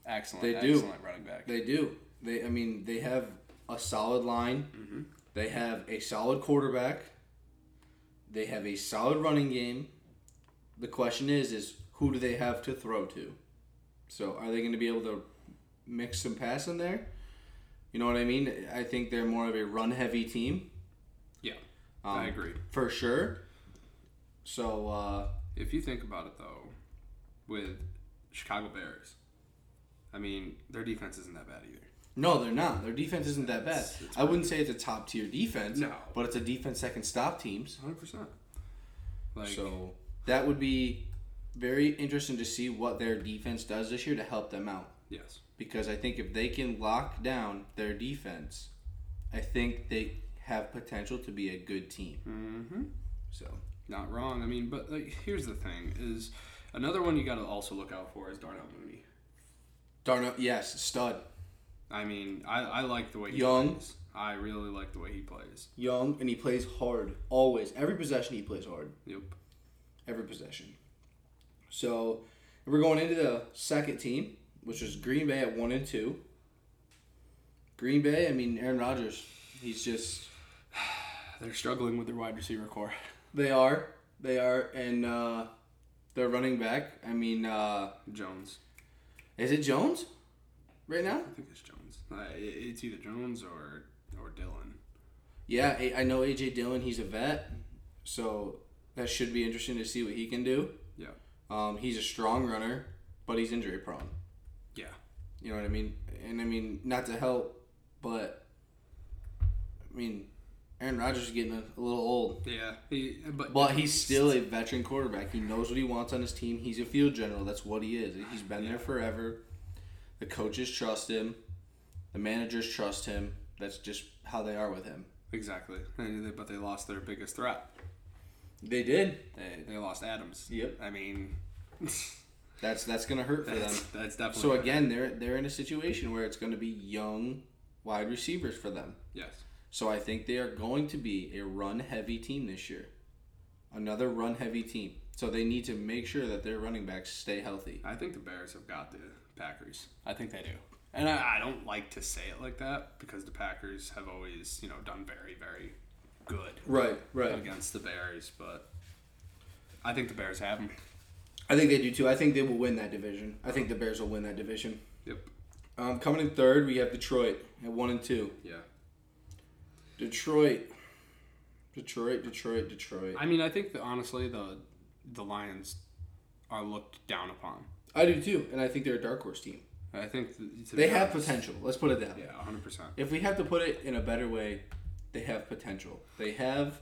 Speaker 3: Excellent.
Speaker 2: They do.
Speaker 3: excellent running back.
Speaker 2: They do. They, I mean, they have a solid line.
Speaker 3: Mm-hmm.
Speaker 2: They have a solid quarterback. They have a solid running game. The question is, is who do they have to throw to? So are they going to be able to mix some pass in there? You know what I mean? I think they're more of a run heavy team.
Speaker 3: yeah,
Speaker 2: Um,
Speaker 3: I agree.
Speaker 2: for sure. So uh,
Speaker 3: If you think about it though, with Chicago Bears, I mean their defense isn't that bad either.
Speaker 2: no, they're not. Their defense isn't that bad.
Speaker 3: It's- it's
Speaker 2: I wouldn't say it's a top tier defense,
Speaker 3: No.
Speaker 2: but it's a defense that can stop teams.
Speaker 3: Hundred percent. Like
Speaker 2: so that would be very interesting to see what their defense does this year to help them out.
Speaker 3: yes,
Speaker 2: Because I think if they can lock down their defense, I think they have potential to be a good team.
Speaker 3: mm-hmm.
Speaker 2: So
Speaker 3: not wrong. I mean, but like, here's the thing: is another one you got to also look out for is Darnell Mooney.
Speaker 2: Darno, yes, stud,
Speaker 3: I mean, I, I like the way he
Speaker 2: Young.
Speaker 3: plays. I really like the way he plays.
Speaker 2: young, and he plays hard always. Every possession he plays hard.
Speaker 3: Yep.
Speaker 2: Every possession. So we're going into the second team, which is Green Bay at one and two. Green Bay, I mean Aaron Rodgers, he's just
Speaker 3: They're struggling with their wide receiver core.
Speaker 2: They are. They are. And uh, they're running back. I mean, uh,
Speaker 3: Jones.
Speaker 2: is it Jones right now?
Speaker 3: I think it's Jones. Uh, it- it's either Jones or or Dylan.
Speaker 2: Yeah, I- I know A.J. Dillon. He's a vet. So that should be interesting to see what he can do.
Speaker 3: Yeah.
Speaker 2: Um, he's a strong runner, but he's injury prone.
Speaker 3: Yeah.
Speaker 2: You know what I mean? And I mean, not to help, but I mean, Aaron Rodgers is getting a, a little old.
Speaker 3: Yeah. He, but
Speaker 2: But he's still a veteran quarterback. He knows what he wants on his team. He's a field general. That's what he is. He's been there forever. The coaches trust him. The managers trust him. That's just how they are with him.
Speaker 3: exactly. And they- But they lost their biggest threat.
Speaker 2: They did.
Speaker 3: They, they lost Adams.
Speaker 2: Yep.
Speaker 3: I mean,
Speaker 2: That's that's gonna hurt for them.
Speaker 3: that's, that's definitely
Speaker 2: So again, they're they're in a situation where it's gonna be young wide receivers for them.
Speaker 3: yes.
Speaker 2: So I think they are going to be a run heavy team this year. Another run heavy team. So they need to make sure that their running backs stay healthy.
Speaker 3: I think the Bears have got the Packers. I think they do. And I, I don't like to say it like that because the Packers have always, you know, done very, very good
Speaker 2: Right, right.
Speaker 3: against the Bears. But I think the Bears have them.
Speaker 2: I think they do too. I think they will win that division. I think the Bears will win that division.
Speaker 3: Yep.
Speaker 2: Um, coming in third, we have Detroit at one and two.
Speaker 3: Yeah.
Speaker 2: Detroit, Detroit, Detroit, Detroit.
Speaker 3: I mean, I think that honestly, the the Lions are looked down upon.
Speaker 2: I do too, and I think they're a dark horse team.
Speaker 3: I think th- to
Speaker 2: They
Speaker 3: be
Speaker 2: have
Speaker 3: honest-
Speaker 2: potential. Let's put it that way.
Speaker 3: Yeah, hundred percent.
Speaker 2: If we have to put it in a better way, they have potential. They have,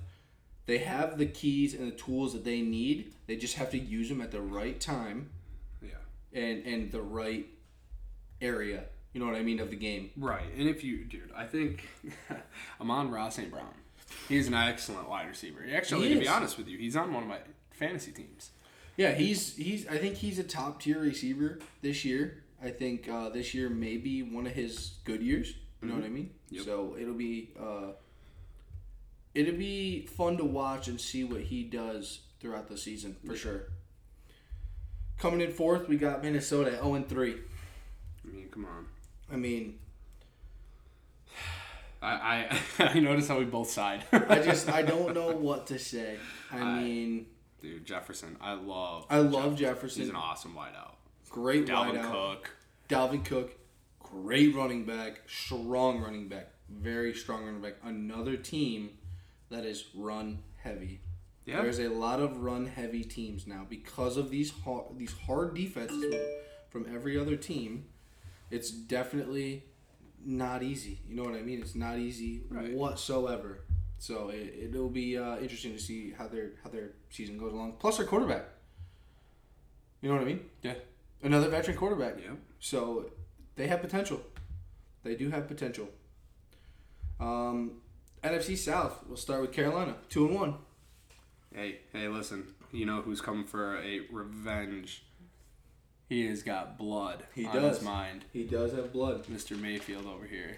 Speaker 2: they have the keys and the tools that they need. They just have to use them at the right time
Speaker 3: Yeah.
Speaker 2: and and the right area. You know what I mean of the game.
Speaker 3: Right, and if you, dude, I think Amon Ross St. Brown, he's an excellent wide receiver. Actually,
Speaker 2: He
Speaker 3: to be
Speaker 2: is.
Speaker 3: honest with you, he's on one of my fantasy teams.
Speaker 2: Yeah, he's he's. I think he's a top tier receiver this year. I think uh, this year may be one of his good years. You know what I mean?
Speaker 3: Mm-hmm. Yep.
Speaker 2: So it'll be uh, it'll be fun to watch and see what he does throughout the season for sure. Coming in fourth, we got Minnesota at zero and three.
Speaker 3: I mean, come on.
Speaker 2: I mean,
Speaker 3: I I, I notice how we both side.
Speaker 2: I just I don't know what to say. I
Speaker 3: I-
Speaker 2: mean,
Speaker 3: dude Jefferson. I love.
Speaker 2: I love
Speaker 3: Jefferson. He's an
Speaker 2: Jefferson.
Speaker 3: awesome wideout.
Speaker 2: Great
Speaker 3: Dalvin
Speaker 2: wideout.
Speaker 3: Cook.
Speaker 2: Dalvin Cook, great running back, strong running back, very strong running back. Another team that is run heavy.
Speaker 3: Yeah.
Speaker 2: There's a lot of run heavy teams now because of these hard, these hard defenses from, from every other team. It's definitely not easy. You know what I mean? It's not easy
Speaker 3: Right.
Speaker 2: whatsoever. So it, it'll be uh, interesting to see how their how their season goes along. Plus their quarterback. You know what I mean?
Speaker 3: Yeah.
Speaker 2: Another veteran quarterback.
Speaker 3: Yeah.
Speaker 2: So they have potential. They do have potential. Um, NFC South. We'll start with Carolina, two and one.
Speaker 3: Hey, hey, listen. You know who's coming for a revenge He has got blood
Speaker 2: He
Speaker 3: on
Speaker 2: does.
Speaker 3: his mind.
Speaker 2: He does have blood.
Speaker 3: Mr. Mayfield over here.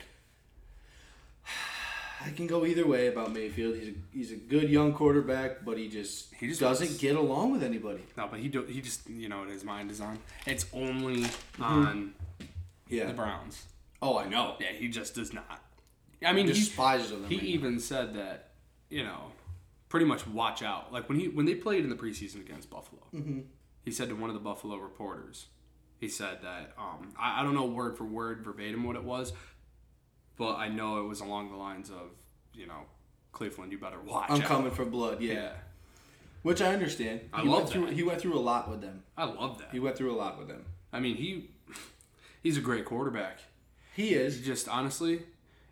Speaker 2: I can go either way about Mayfield. He's a, he's a good young quarterback, but he just
Speaker 3: He just
Speaker 2: doesn't
Speaker 3: wants-
Speaker 2: get along with anybody.
Speaker 3: No, but he do, he just you know what his mind is on. It's only
Speaker 2: Mm-hmm.
Speaker 3: on
Speaker 2: Yeah.
Speaker 3: the Browns.
Speaker 2: Oh, I know.
Speaker 3: Yeah, he just does not. I mean, he,
Speaker 2: Despises them.
Speaker 3: he
Speaker 2: right now.
Speaker 3: even said that you know, pretty much watch out. Like when he when they played in the preseason against Buffalo,
Speaker 2: Mm-hmm.
Speaker 3: he said to one of the Buffalo reporters, he said that um, I, I don't know word for word verbatim what it was, but I know it was along the lines of you know, Cleveland, you better watch.
Speaker 2: I'm
Speaker 3: out."
Speaker 2: coming for blood. Yeah.
Speaker 3: Yeah,
Speaker 2: Which I understand.
Speaker 3: I
Speaker 2: he
Speaker 3: love
Speaker 2: went through
Speaker 3: that.
Speaker 2: he went through a lot with them.
Speaker 3: I love that.
Speaker 2: He went through a lot with them.
Speaker 3: I mean, he he's a great quarterback.
Speaker 2: He
Speaker 3: He
Speaker 2: is.
Speaker 3: just honestly,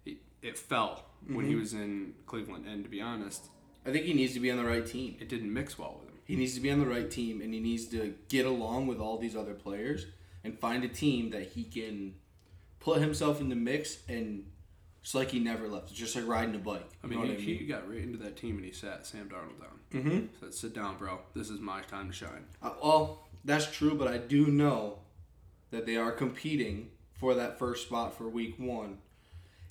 Speaker 3: it, it fell when he
Speaker 2: Mm-hmm.
Speaker 3: was in Cleveland, and to be honest,
Speaker 2: I think he needs to be on the right team.
Speaker 3: it didn't mix well with him.
Speaker 2: He needs to be on the right team and he needs to get along with all these other players and find a team that he can put himself in the mix and it's like he never left. It's just like riding a bike.
Speaker 3: I
Speaker 2: You
Speaker 3: mean,
Speaker 2: know
Speaker 3: he,
Speaker 2: what
Speaker 3: he got right into that team and he sat Sam Darnold down.
Speaker 2: Mhm.
Speaker 3: Said, "Sit down, bro. This is my time to shine."
Speaker 2: Uh, well, that's true, but I do know that they are competing for that first spot for week one.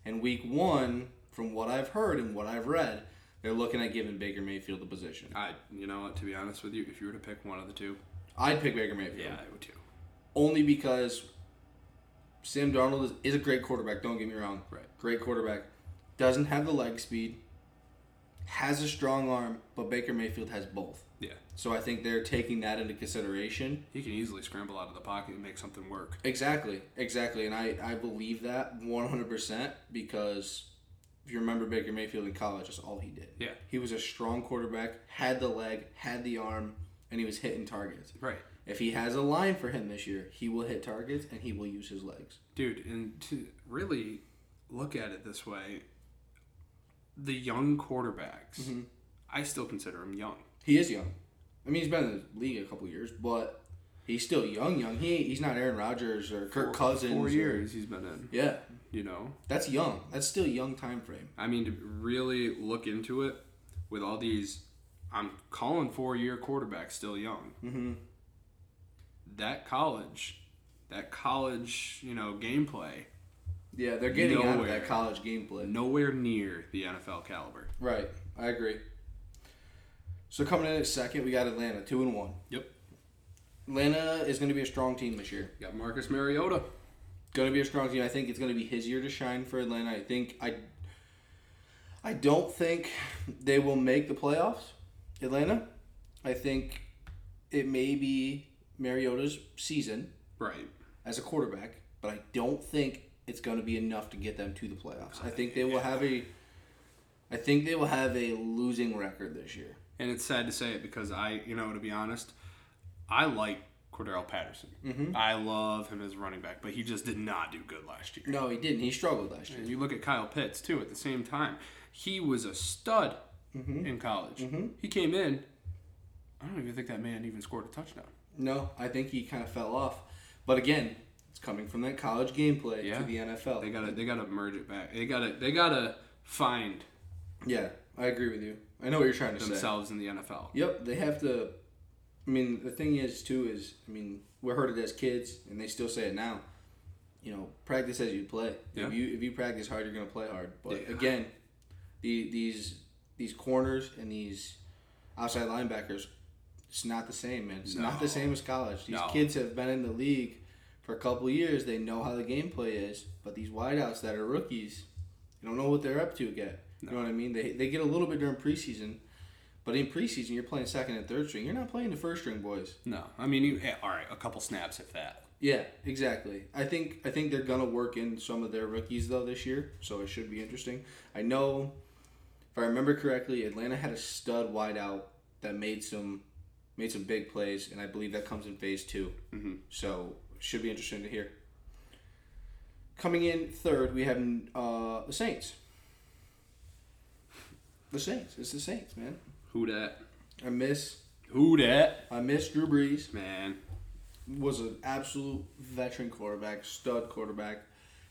Speaker 2: And week one, from what I've heard and what I've read, they're looking at giving Baker Mayfield the position.
Speaker 3: I, you know what? To be honest with you, if you were to pick one of the two,
Speaker 2: I'd pick Baker Mayfield.
Speaker 3: yeah, I would too.
Speaker 2: Only because Sam Darnold is, is a great quarterback, don't get me wrong.
Speaker 3: Right.
Speaker 2: Great quarterback. Doesn't have the leg speed, has a strong arm, but Baker Mayfield has both.
Speaker 3: Yeah,
Speaker 2: So I think they're taking that into consideration.
Speaker 3: he can easily scramble out of the pocket and make something work.
Speaker 2: Exactly, exactly, and I, I believe that one hundred percent because if you remember Baker Mayfield in college, that's all he did.
Speaker 3: Yeah,
Speaker 2: He was a strong quarterback, had the leg, had the arm, and he was hitting targets.
Speaker 3: right,
Speaker 2: If he has a line for him this year, he will hit targets and he will use his legs.
Speaker 3: dude. And to really look at it this way, the young quarterbacks,
Speaker 2: Mm-hmm.
Speaker 3: I still consider him young.
Speaker 2: He is young. I mean, he's been in the league a couple years, but he's still young. Young. He ain't- he's not Aaron Rodgers or Kirk
Speaker 3: Four-
Speaker 2: Cousins.
Speaker 3: Four
Speaker 2: or-
Speaker 3: years he's been in.
Speaker 2: yeah,
Speaker 3: You know,
Speaker 2: that's young. That's still a young time frame.
Speaker 3: I mean, to really look into it with all these, I'm calling four year quarterbacks still young.
Speaker 2: Mm-hmm.
Speaker 3: That college, that college, you know, gameplay
Speaker 2: Yeah, they're getting out of
Speaker 3: Nowhere.
Speaker 2: that college gameplay.
Speaker 3: nowhere near the NFL caliber.
Speaker 2: Right, I agree. So coming in at second, we got Atlanta, two and one.
Speaker 3: Yep.
Speaker 2: Atlanta is going to be a strong team this year.
Speaker 3: Got Marcus Mariota.
Speaker 2: Going to be a strong team. I think it's going to be his year to shine for Atlanta. I think I. I don't think they will make the playoffs, Atlanta. I think it may be Mariota's season
Speaker 3: Right.
Speaker 2: as a quarterback, but I don't think it's going to be enough to get them to the playoffs. I think they will have a. I think they will have a losing record this year.
Speaker 3: And it's sad to say it because I, you know, to be honest, I like Cordell Patterson. I love him as a running back, but he just did not do good last year.
Speaker 2: No, he didn't. He struggled last year.
Speaker 3: And you look at Kyle Pitts too. At the same time, he was a stud
Speaker 2: Mm-hmm.
Speaker 3: in college. He came in. I don't even think that man even scored a touchdown.
Speaker 2: No, I think he kind of fell off. But again, it's coming from that college gameplay
Speaker 3: Yeah.
Speaker 2: to the NFL.
Speaker 3: They gotta they gotta merge it back. They gotta they gotta find
Speaker 2: yeah, I agree with you. I know what you're trying to say.
Speaker 3: themselves in the NFL.
Speaker 2: Yep, they have to. I mean, the thing is too is I mean we heard it as kids, and they still say it now. You know, practice as you play.
Speaker 3: Yeah.
Speaker 2: If you if you practice hard, you're gonna play hard. But
Speaker 3: Yeah.
Speaker 2: again, the these these corners and these outside linebackers, it's not the same, man. It's not the
Speaker 3: No.
Speaker 2: same as college. These
Speaker 3: No.
Speaker 2: kids have been in the league for a couple years. They know how the gameplay is, but these wideouts that are rookies, you don't know what they're up to yet. You know what I mean? They they get a little bit during preseason. But in preseason, you're playing second and third string. You're not playing the first string boys.
Speaker 3: No, I mean, you, yeah, all right, a couple snaps if that.
Speaker 2: Yeah, exactly. I think I think they're gonna work in some of their rookies though this year, so it should be interesting. I know, if I remember correctly, Atlanta had a stud wideout that made some made some big plays, and I believe that comes in phase 2
Speaker 3: Mhm.
Speaker 2: So should be interesting to hear. Coming in third, we have uh, the Saints. The Saints. It's the Saints, man.
Speaker 3: Who dat?
Speaker 2: I miss
Speaker 3: Who dat?
Speaker 2: I miss Drew Brees.
Speaker 3: Man,
Speaker 2: was an absolute veteran quarterback, stud quarterback.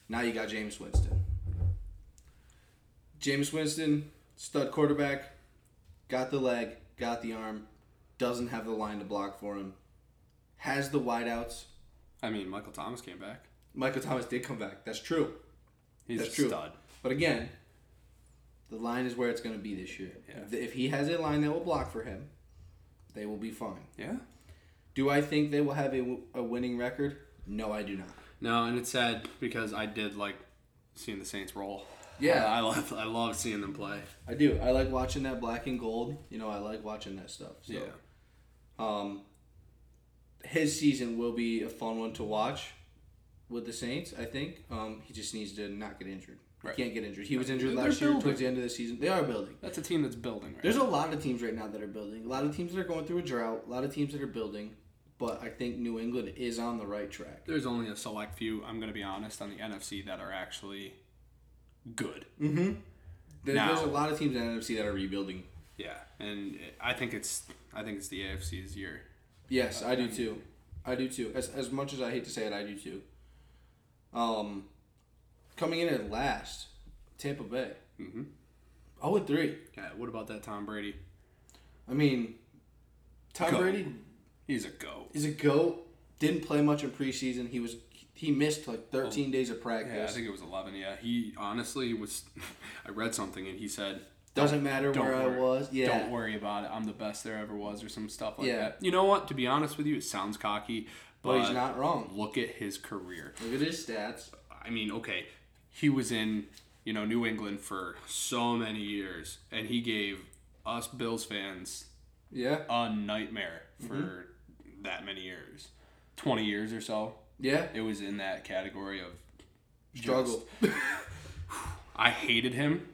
Speaker 2: Now you got James Winston. James Winston, stud quarterback, got the leg, got the arm, doesn't have the line to block for him, has the wideouts,
Speaker 3: I mean, Michael Thomas came back.
Speaker 2: Michael Thomas did come back. That's true.
Speaker 3: He's
Speaker 2: That's
Speaker 3: a
Speaker 2: true.
Speaker 3: stud.
Speaker 2: But again, the line is where it's going to be this year.
Speaker 3: Yeah.
Speaker 2: If he has a line that will block for him, they will be fine.
Speaker 3: Yeah.
Speaker 2: Do I think they will have a, w- a winning record? No, I do not.
Speaker 3: No, and it's sad because I did like seeing the Saints roll.
Speaker 2: Yeah.
Speaker 3: I love I love seeing them play.
Speaker 2: I do. I like watching that black and gold. You know, I like watching that stuff. So,
Speaker 3: Yeah.
Speaker 2: um, his season will be a fun one to watch with the Saints. I think um, he just needs to not get injured.
Speaker 3: Right.
Speaker 2: He can't get injured. He was
Speaker 3: Right.
Speaker 2: injured
Speaker 3: They're
Speaker 2: last year
Speaker 3: building.
Speaker 2: towards the end of the season. They are building.
Speaker 3: That's a team that's building right
Speaker 2: There's a lot of teams right now that are building. A lot of teams that are going through a drought. A lot of teams that are building. But I think New England is on the right track.
Speaker 3: there's only a select few, I'm going to be honest, on the NFC that are actually good.
Speaker 2: Mm-hmm. There,
Speaker 3: Now-
Speaker 2: There's a lot of teams in the NFC that are rebuilding.
Speaker 3: Yeah. And it- I think it's I think it's the AFC's year.
Speaker 2: Yes, I do too. I do too. As as much as I hate to say it, I do too. Um, coming in at last, Tampa Bay.
Speaker 3: Mhm.
Speaker 2: Oh and three.
Speaker 3: Yeah, what about that Tom Brady?
Speaker 2: I mean, Tom
Speaker 3: Goat.
Speaker 2: Brady
Speaker 3: He's a go.
Speaker 2: is a goat. Didn't play much in preseason. He was he missed like 13 days of
Speaker 3: Oh. Yeah, I
Speaker 2: practice.
Speaker 3: think it was 11. Yeah, he honestly was I read something and he said
Speaker 2: Doesn't matter
Speaker 3: Don't
Speaker 2: where
Speaker 3: worry.
Speaker 2: I was. Yeah.
Speaker 3: Don't worry about it. I'm the best there ever was, or some stuff like
Speaker 2: Yeah.
Speaker 3: that. You know what? To be honest with you, it sounds cocky, but,
Speaker 2: but he's not wrong.
Speaker 3: Look at his career.
Speaker 2: Look at his stats.
Speaker 3: I mean, okay, he was in you know New England for so many years, and he gave us Bills fans
Speaker 2: Yeah.
Speaker 3: a nightmare
Speaker 1: Mm-hmm.
Speaker 3: for that many years, twenty years or so.
Speaker 2: Yeah.
Speaker 3: It was in that category of just-
Speaker 2: Struggle.
Speaker 3: I hated him,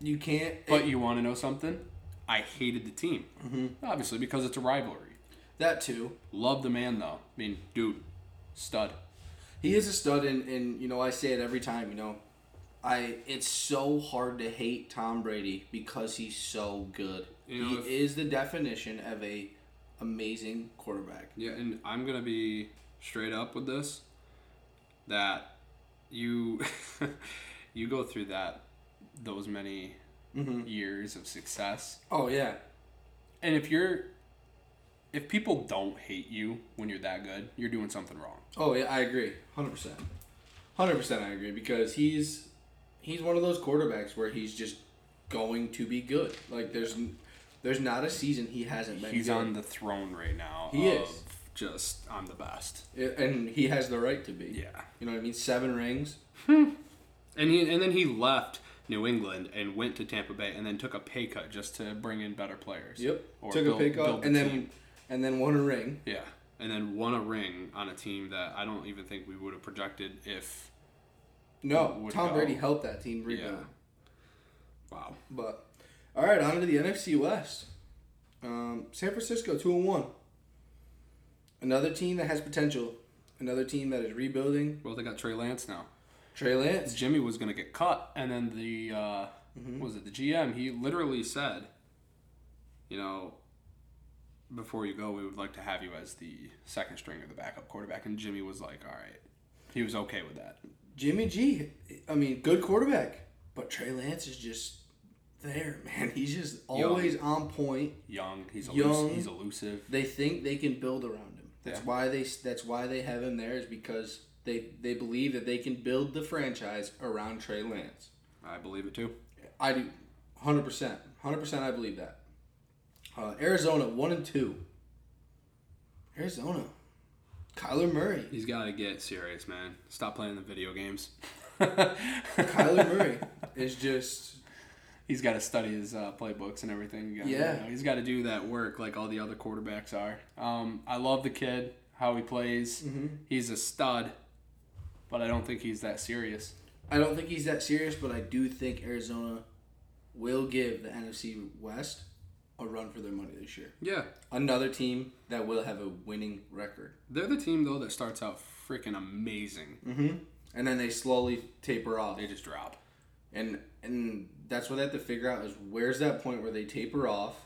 Speaker 2: You can't.
Speaker 3: but you want to know something? I hated the team,
Speaker 2: Mm-hmm.
Speaker 3: obviously because it's a rivalry.
Speaker 2: that too.
Speaker 3: Love the man though. I mean, dude, stud.
Speaker 2: He is a stud, and, and you know I say it every time. You know, I it's so hard to hate Tom Brady because he's so good.
Speaker 3: You know,
Speaker 2: he
Speaker 3: if-
Speaker 2: is the definition of a amazing quarterback.
Speaker 3: Yeah, and I'm gonna be straight up with this. That you you go through that those many
Speaker 2: Mm-hmm.
Speaker 3: years of success,
Speaker 2: Oh yeah,
Speaker 3: and if you're if people don't hate you when you're that good, you're doing something wrong.
Speaker 2: oh yeah, I agree, hundred percent, hundred percent. I agree because he's he's one of those quarterbacks where he's just going to be good. Like there's n- there's not a season he hasn't been.
Speaker 3: He's
Speaker 2: good.
Speaker 3: on the throne right now.
Speaker 2: He
Speaker 3: of
Speaker 2: is.
Speaker 3: just I'm the best.
Speaker 2: and he has the right to be.
Speaker 3: Yeah,
Speaker 2: you know what I mean. Seven rings.
Speaker 3: and he and then he left New England and went to Tampa Bay and then took a pay cut just to bring in better players.
Speaker 2: Yep.
Speaker 3: Or
Speaker 2: Took
Speaker 3: build-
Speaker 2: a pick
Speaker 3: build
Speaker 2: up
Speaker 3: the
Speaker 2: and then
Speaker 3: team.
Speaker 2: and then won a ring.
Speaker 3: Yeah, and then won a ring on a team that I don't even think we would have projected if.
Speaker 2: No,
Speaker 3: Would
Speaker 2: Tom
Speaker 3: go.
Speaker 2: Brady helped that team
Speaker 3: Yeah.
Speaker 2: rebuild.
Speaker 3: Wow.
Speaker 2: But all right, on to the NFC West. Um, San Francisco two and one. Another team that has potential. Another team that is rebuilding.
Speaker 3: Well, they got Trey Lance now.
Speaker 2: Trey Lance.
Speaker 3: Jimmy was gonna get cut, and then the uh, what was it the GM? He literally said, you know. Before you go, we would like to have you as the second string or the backup quarterback. And Jimmy was like, "All right," he was okay with that.
Speaker 2: Jimmy G. I mean, good quarterback. But Trey Lance is just there, man. He's just always on point.
Speaker 3: Young, he's elusive.
Speaker 2: Young.
Speaker 3: He's elusive.
Speaker 2: They think they can build around him. That's
Speaker 3: Yeah.
Speaker 2: why they that's why they have him there is because they they believe that they can build the franchise around Trey Lance.
Speaker 3: I believe it too.
Speaker 2: I do, hundred percent, hundred percent. I believe that. Uh, Arizona one and two. Arizona, Kyler Murray,
Speaker 3: He's got to get serious, man. Stop playing the video games.
Speaker 2: Kyler Murray is just
Speaker 3: He's got to study his uh, playbooks and everything. You gotta-
Speaker 2: Yeah.
Speaker 3: you know, he's got to do that work like all the other quarterbacks are. Um, I love the kid, how he plays. He's a stud, but I don't think he's that serious.
Speaker 2: I don't think he's that serious, but I do think Arizona will give the NFC West a run for their money this year.
Speaker 3: Yeah,
Speaker 2: Another team that will have a winning record.
Speaker 3: they're the team though that starts out freaking amazing.
Speaker 2: Mm-hmm. And then they slowly taper off.
Speaker 3: They just drop.
Speaker 2: And and that's what they have to figure out is where's that point where they taper off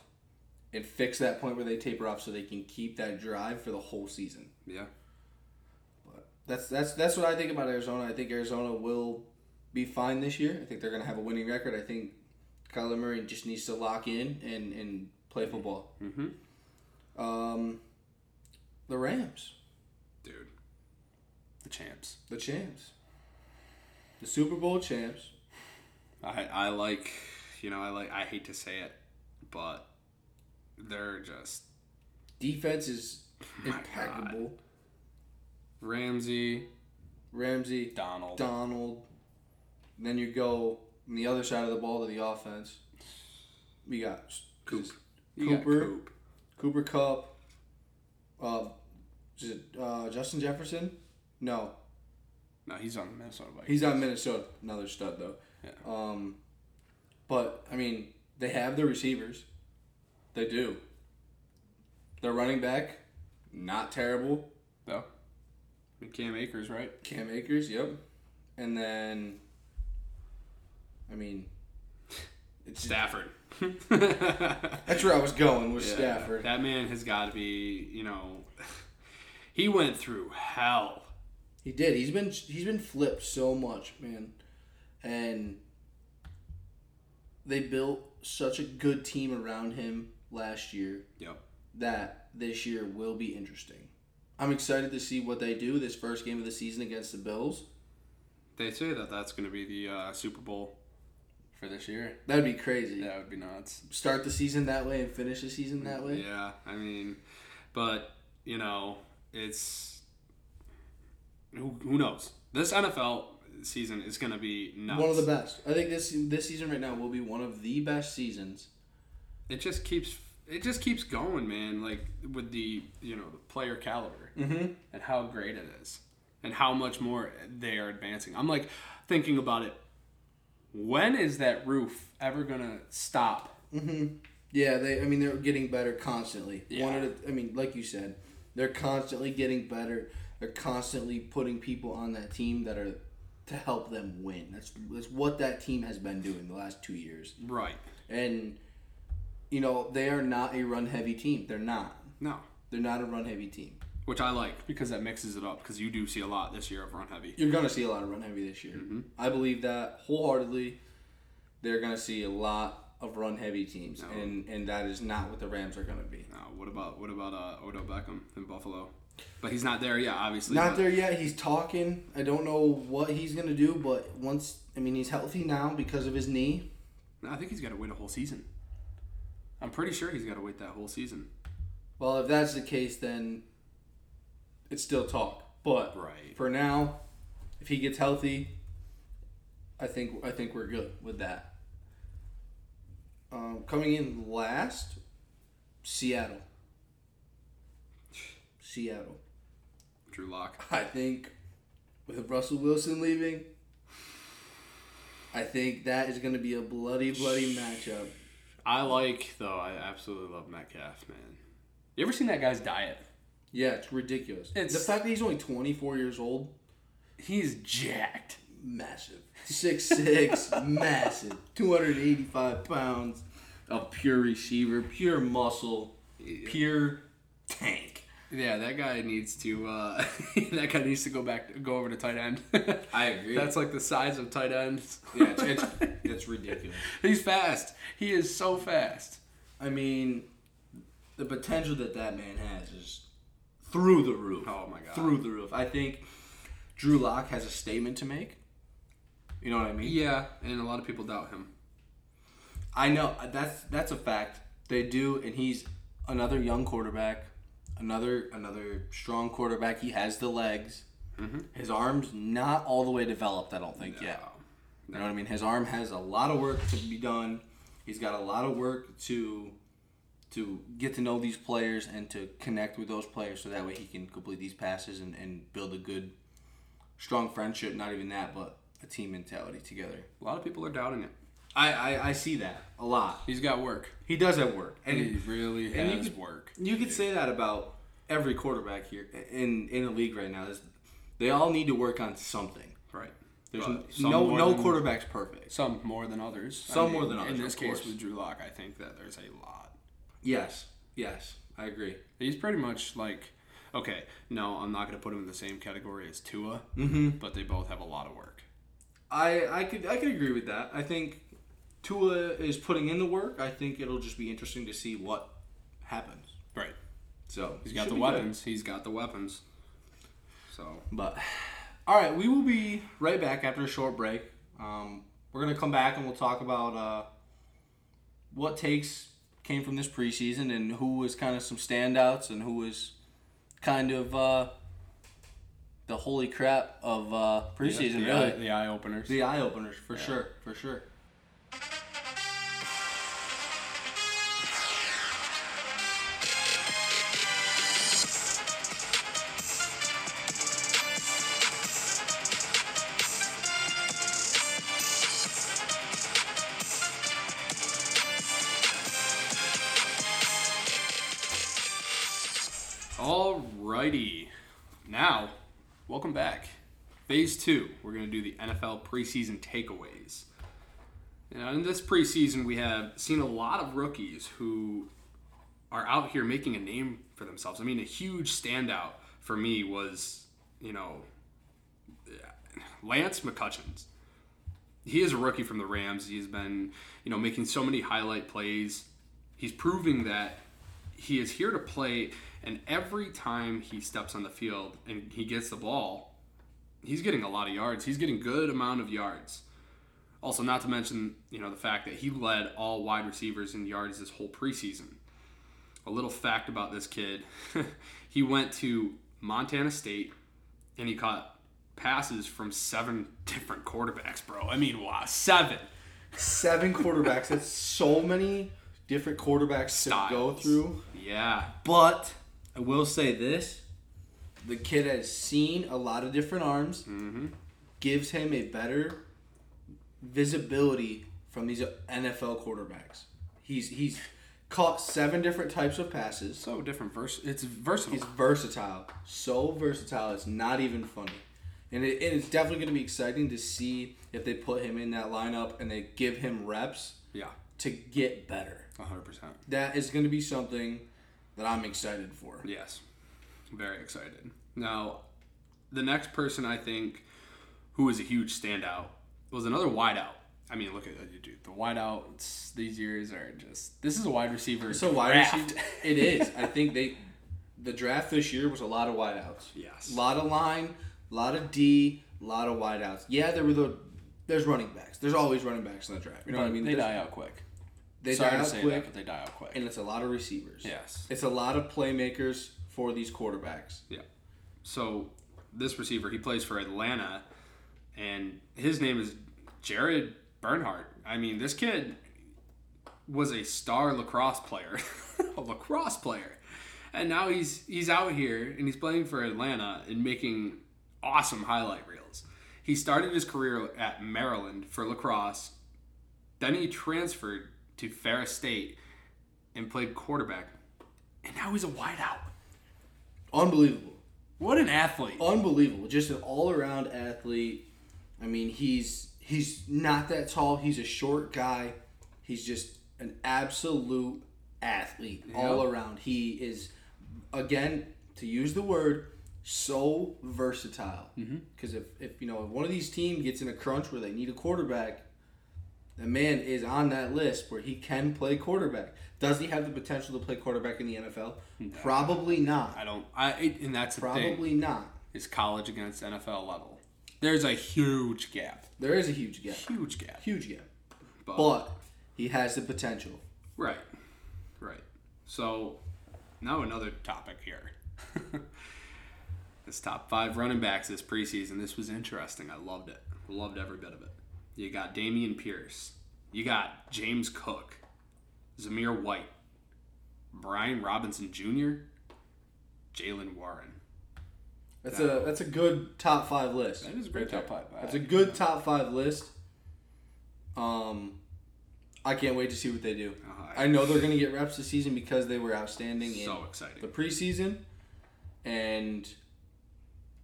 Speaker 2: and fix that point where they taper off so they can keep that drive for the whole season.
Speaker 3: Yeah,
Speaker 2: But that's that's that's what I think about Arizona. I think Arizona will be fine this year. I think they're gonna have a winning record. I think Kyler Murray just needs to lock in and, and play football.
Speaker 3: Mhm.
Speaker 2: Um, the Rams.
Speaker 3: dude. The champs.
Speaker 2: The champs. The Super Bowl champs.
Speaker 3: I I like you know I like I hate to say it, but they're just
Speaker 2: Defense is
Speaker 3: My
Speaker 2: impeccable.
Speaker 3: Ramsey,
Speaker 2: Ramsey,
Speaker 3: Donald.
Speaker 2: Donald. Then you go on the other side of the ball to the offense. We got s-
Speaker 3: Coop.
Speaker 2: s-
Speaker 3: You got
Speaker 2: Cooper.
Speaker 3: Coop.
Speaker 2: Cooper Cup. Uh, is it uh, Justin Jefferson? No,
Speaker 3: No, he's on the Minnesota Vikings.
Speaker 2: he's on Minnesota. Another stud though.
Speaker 3: Yeah.
Speaker 2: Um, but I mean, they have their receivers. They do. Their running back, not terrible.
Speaker 3: No. And Cam Akers, right?
Speaker 2: Cam Akers, yep. And then, I mean, it's
Speaker 3: Stafford.
Speaker 2: that's where I was going with
Speaker 3: Yeah,
Speaker 2: Stafford.
Speaker 3: That man has got to be, you know, he went through hell.
Speaker 2: He did. He's been he's been flipped so much, man. And they built such a good team around him last year
Speaker 3: Yep.
Speaker 2: that this year will be interesting. I'm excited to see what they do this first game of the season against the Bills.
Speaker 3: They say that that's going to be the uh, Super Bowl for this year.
Speaker 2: That'd be crazy.
Speaker 3: That would be nuts.
Speaker 2: Start the season that way and finish the season that way.
Speaker 3: Yeah, I mean, but you know, it's who, who knows. This NFL season is going to be nuts.
Speaker 2: One of the best. I think this this season right now will be one of the best seasons.
Speaker 3: it just keeps it just keeps going, man. Like with the you know the player caliber
Speaker 2: Mm-hmm.
Speaker 3: and how great it is and how much more they are advancing. I'm like thinking about it. When is that roof ever gonna stop?
Speaker 2: hmm Yeah, they. I mean, they're getting better constantly.
Speaker 3: Mm-hmm. Yeah.
Speaker 2: One at a, I mean, like you said, they're constantly getting better. They're constantly putting people on that team that are to help them win. That's that's what that team has been doing the last two years.
Speaker 3: Right.
Speaker 2: And you know, they are not a run heavy team. They're not.
Speaker 3: No.
Speaker 2: They're not a run heavy team.
Speaker 3: Which I like because that mixes it up because you do see a lot this year of run heavy.
Speaker 2: You're gonna see a lot of run heavy this year.
Speaker 3: Mm-hmm.
Speaker 2: I believe that wholeheartedly. They're gonna see a lot of run heavy teams,
Speaker 3: No.
Speaker 2: and and that is not what the Rams are gonna be.
Speaker 3: Now, Uh, what about what about uh, Odo Beckham in Buffalo? But he's not there yet, obviously.
Speaker 2: Not
Speaker 3: but
Speaker 2: there yet. He's talking. I don't know what he's gonna do, but once I mean he's healthy now because of his knee.
Speaker 3: I think he's got to wait a whole season. I'm pretty sure he's got to wait that whole season.
Speaker 2: Well, if that's the case, then it's still talk. But
Speaker 3: Right.
Speaker 2: for now, if he gets healthy, I think I think we're good with that. Um, coming in last, Seattle. Seattle.
Speaker 3: Drew Lock.
Speaker 2: I think with Russell Wilson leaving, I think that is going to be a bloody, bloody matchup.
Speaker 3: I like though. I absolutely love Metcalf, man. You ever seen that guy's diet?
Speaker 2: Yeah, it's ridiculous.
Speaker 3: It's-
Speaker 2: the fact that he's only 24 years old,
Speaker 3: He's jacked.
Speaker 2: massive. 6'6, massive. 285 pounds of pure receiver, pure muscle, pure tank.
Speaker 3: Yeah, that guy needs to. Uh, that guy needs to go back, go over to tight end.
Speaker 2: I agree.
Speaker 3: That's like the size of tight ends.
Speaker 2: yeah, it's, it's, it's ridiculous.
Speaker 3: He's fast. He is so fast.
Speaker 2: I mean, the potential that that man has is through the roof.
Speaker 3: Oh my God.
Speaker 2: Through the roof. I think Drew Lock has a statement to make. You know what I mean?
Speaker 3: Yeah, and a lot of people doubt him.
Speaker 2: I know uh, that's that's a fact. They do, and he's another young quarterback, another another strong quarterback. He has the legs. His arm's not all the way developed. I don't think yet. You know what I mean? His arm has a lot of work to be done. He's got a lot of work to to get to know these players and to connect with those players so that way he can complete these passes and, and build a good strong friendship, not even that, but a team mentality together.
Speaker 3: A lot of people are doubting it.
Speaker 2: I, I, I see that a lot.
Speaker 3: He's got work.
Speaker 2: He does have work. And
Speaker 3: He really
Speaker 2: and you
Speaker 3: has
Speaker 2: could-
Speaker 3: work.
Speaker 2: you could say that about every quarterback here in in the league right now. There's- They all need to work on something.
Speaker 3: Right.
Speaker 2: There's
Speaker 3: But Uh, some
Speaker 2: no
Speaker 3: more
Speaker 2: no
Speaker 3: than-
Speaker 2: quarterback's perfect.
Speaker 3: Some more than others.
Speaker 2: Some more than others,
Speaker 3: In this
Speaker 2: of
Speaker 3: case
Speaker 2: course.
Speaker 3: with Drew Lock, I think that there's a lot.
Speaker 2: Yes. Yes. I agree.
Speaker 3: He's pretty much like, okay, no, I'm not going to put him in the same category as Tua,
Speaker 2: Mm-hmm.
Speaker 3: but they both have a lot of work.
Speaker 2: I I could I could agree with that. I think Tua is putting in the work. I think it'll just be interesting to see what happens.
Speaker 3: Right.
Speaker 2: So
Speaker 3: He's got the weapons. He's got the weapons. So
Speaker 2: But All right, we will be right back after a short break. Um, we're gonna come back and we'll talk about uh, what takes came from this preseason and who was kind of some standouts and who was kind of uh, the holy crap of uh, preseason.
Speaker 3: the, eye,
Speaker 2: really,
Speaker 3: the eye openers.
Speaker 2: the eye openers for sure, for sure.
Speaker 3: Alrighty. Now, welcome back. Phase two. We're going to do the NFL preseason takeaways. Now, in this preseason, we have seen a lot of rookies who are out here making a name for themselves. I mean, a huge standout for me was, you know, Lance McCutcheons. He is a rookie from the Rams. He's been, you know, making so many highlight plays. He's proving that he is here to play, and every time he steps on the field and he gets the ball, he's getting a lot of yards. He's getting good amount of yards. Also, not to mention, you know, the fact that he led all wide receivers in yards this whole preseason. A little fact about this kid: he went to Montana State and he caught passes from seven different quarterbacks, bro. I mean, wow, seven.
Speaker 2: Seven quarterbacks. That's so many different quarterbacks
Speaker 3: Styles.
Speaker 2: to go through.
Speaker 3: Yeah,
Speaker 2: But I will say this: the kid has seen a lot of different arms. Gives him a better visibility from these NFL quarterbacks. He's he's caught seven different types of passes.
Speaker 3: so different. Vers- it's versatile.
Speaker 2: He's versatile, so versatile. It's not even funny, and it, it is definitely going to be exciting to see if they put him in that lineup and they give him reps
Speaker 3: yeah,
Speaker 2: to get better.
Speaker 3: hundred percent.
Speaker 2: That is going to be something that I'm excited for.
Speaker 3: Yes. Very excited. Now, the next person I think who was a huge standout was another wideout. I mean, look at dude. The wideouts these years are just. This is a wide receiver.
Speaker 2: So wide
Speaker 3: draft.
Speaker 2: receiver, it is. I think they, the draft this year was a lot of wideouts.
Speaker 3: Yes.
Speaker 2: A lot of line, a lot of D, a lot of wideouts. Yeah, there were the, there's running backs. There's always running backs in the draft. You know what I mean?
Speaker 3: They
Speaker 2: There's-
Speaker 3: die out quick.
Speaker 2: They
Speaker 3: Sorry
Speaker 2: die
Speaker 3: to
Speaker 2: out
Speaker 3: say
Speaker 2: quick,
Speaker 3: that, but they die out quick.
Speaker 2: and it's a lot of receivers.
Speaker 3: yes.
Speaker 2: It's a lot of playmakers for these quarterbacks.
Speaker 3: Yeah. So this receiver, he plays for Atlanta, and his name is Jared Bernhardt. I mean, this kid was a star lacrosse player, a lacrosse player, and now he's he's out here and he's playing for Atlanta and making awesome highlight reels. He started his career at Maryland for lacrosse, then he transferred to Ferris State and played quarterback, and now he's a wideout.
Speaker 2: Unbelievable.
Speaker 3: What an athlete!
Speaker 2: unbelievable. Just an all around athlete. I mean, he's he's not that tall. He's a short guy. He's just an absolute athlete all around. He is, again, to use the word, so versatile. Because if, if you know if one of these teams gets in a crunch where they need a quarterback, the man is on that list where he can play quarterback. Does he have the potential to play quarterback in the NFL? Probably not.
Speaker 3: I don't. I it- and that's the thing
Speaker 2: Probably not.
Speaker 3: is college against NFL level. There's a huge gap.
Speaker 2: There is a huge gap.
Speaker 3: Huge gap.
Speaker 2: Huge gap.
Speaker 3: But,
Speaker 2: But he has the potential.
Speaker 3: right, right. So now another topic here. this top five running backs this preseason. This was interesting. I loved it. Loved every bit of it. You got Damian Pierce. You got James Cook, Zamir White, Brian Robinson Jr., Jalen Warren.
Speaker 2: That's a that's a good top five list.
Speaker 3: That is a great top five.
Speaker 2: That's a good top five list. Um, I can't wait to see what they do.
Speaker 3: Uh-huh.
Speaker 2: I know they're gonna get reps this season because they were outstanding in
Speaker 3: so exciting.
Speaker 2: the preseason, and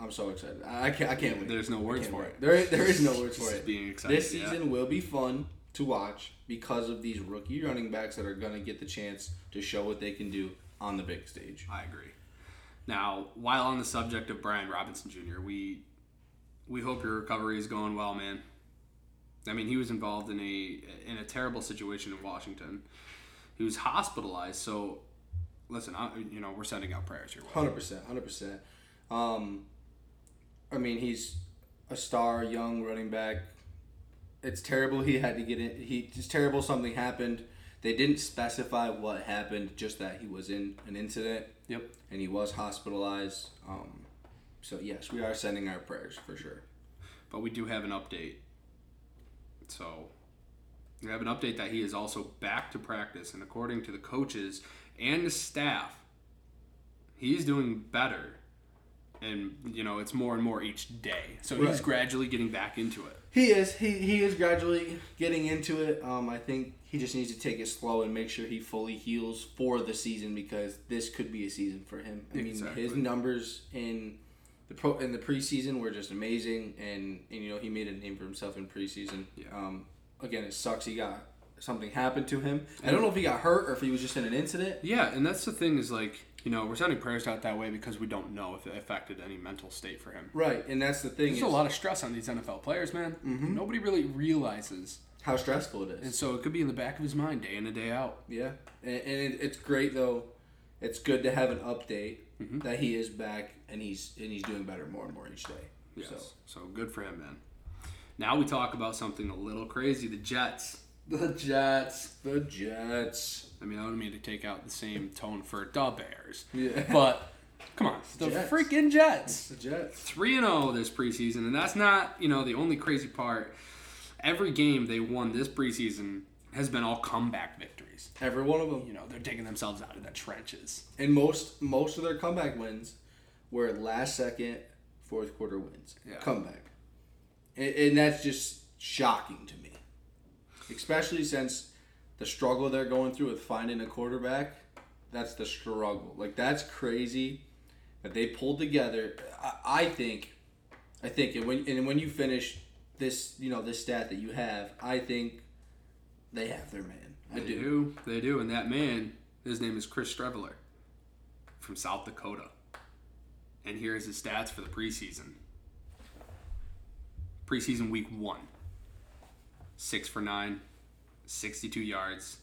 Speaker 2: I'm so excited. I I can't. I can't wait.
Speaker 3: There's no
Speaker 2: I
Speaker 3: words
Speaker 2: can't
Speaker 3: for
Speaker 2: wait.
Speaker 3: it.
Speaker 2: There there is no words for
Speaker 3: Just
Speaker 2: it.
Speaker 3: Being excited.
Speaker 2: This
Speaker 3: yeah.
Speaker 2: season will be fun to watch because of these rookie running backs that are going to get the chance to show what they can do on the big stage.
Speaker 3: I agree. Now, while on the subject of Brian Robinson Jr., we we hope your recovery is going well, man. I mean, he was involved in a in a terrible situation in Washington. He was hospitalized, so listen, I, you know, we're sending out prayers here. Will.
Speaker 2: 100%. 100%. Um, I mean, he's a star young running back. It's terrible he had to get in. He it's terrible something happened. They didn't specify what happened, just that he was in an incident
Speaker 3: Yep.
Speaker 2: and he was hospitalized. Um, so yes, we are sending our prayers for sure.
Speaker 3: But we do have an update. So we have an update that he is also back to practice, and according to the coaches and the staff, he's doing better. And you know, it's more and more each day. So he's
Speaker 2: Right.
Speaker 3: gradually getting back into it.
Speaker 2: He is. He, he is gradually getting into it. Um, I think he just needs to take it slow and make sure he fully heals for the season because this could be a season for him. I mean,
Speaker 3: Exactly.
Speaker 2: his numbers in the pro in the preseason were just amazing, and, and you know he made a name for himself in preseason.
Speaker 3: Yeah.
Speaker 2: Um, again, it sucks he got something happened to him. I don't know if he got hurt or if he was just in an incident.
Speaker 3: Yeah, and that's the thing is like, you know, we're sending prayers out that way because we don't know if it affected any mental state for him.
Speaker 2: Right, and that's the thing.
Speaker 3: There's
Speaker 2: is
Speaker 3: a lot of stress on these NFL players, man. Nobody really realizes.
Speaker 2: How stressful it is.
Speaker 3: And so it could be in the back of his mind day in and day out.
Speaker 2: Yeah, and, and it, it's great though. It's good to have an update that he is back and he's and he's doing better more and more each day.
Speaker 3: Yes.
Speaker 2: So
Speaker 3: So, good for him, man. Now we talk about something a little crazy the Jets. The Jets.
Speaker 2: the Jets.
Speaker 3: I mean, I don't mean to take out the same tone for the Bears.
Speaker 2: Yeah.
Speaker 3: But, come on. The
Speaker 2: Jets.
Speaker 3: freaking Jets.
Speaker 2: The Jets.
Speaker 3: 3 and 0 this preseason. And that's not, you know, the only crazy part. Every game they won this preseason has been all comeback victories.
Speaker 2: Every one of them.
Speaker 3: You know, they're digging themselves out of the trenches.
Speaker 2: And most most of their comeback wins were last second, fourth quarter wins.
Speaker 3: Yeah.
Speaker 2: Comeback. And, and that's just shocking to me. Especially since the struggle they're going through with finding a quarterback, that's the struggle. Like that's crazy that they pulled together. I, I think I think and when and when you finish this, you know, this stat that you have, I think they have their man. I
Speaker 3: They
Speaker 2: do.
Speaker 3: do. They do. And that man, his name is Chris Streveler from South Dakota. And here's his stats for the preseason. Preseason week one. Six for nine, 62 yards,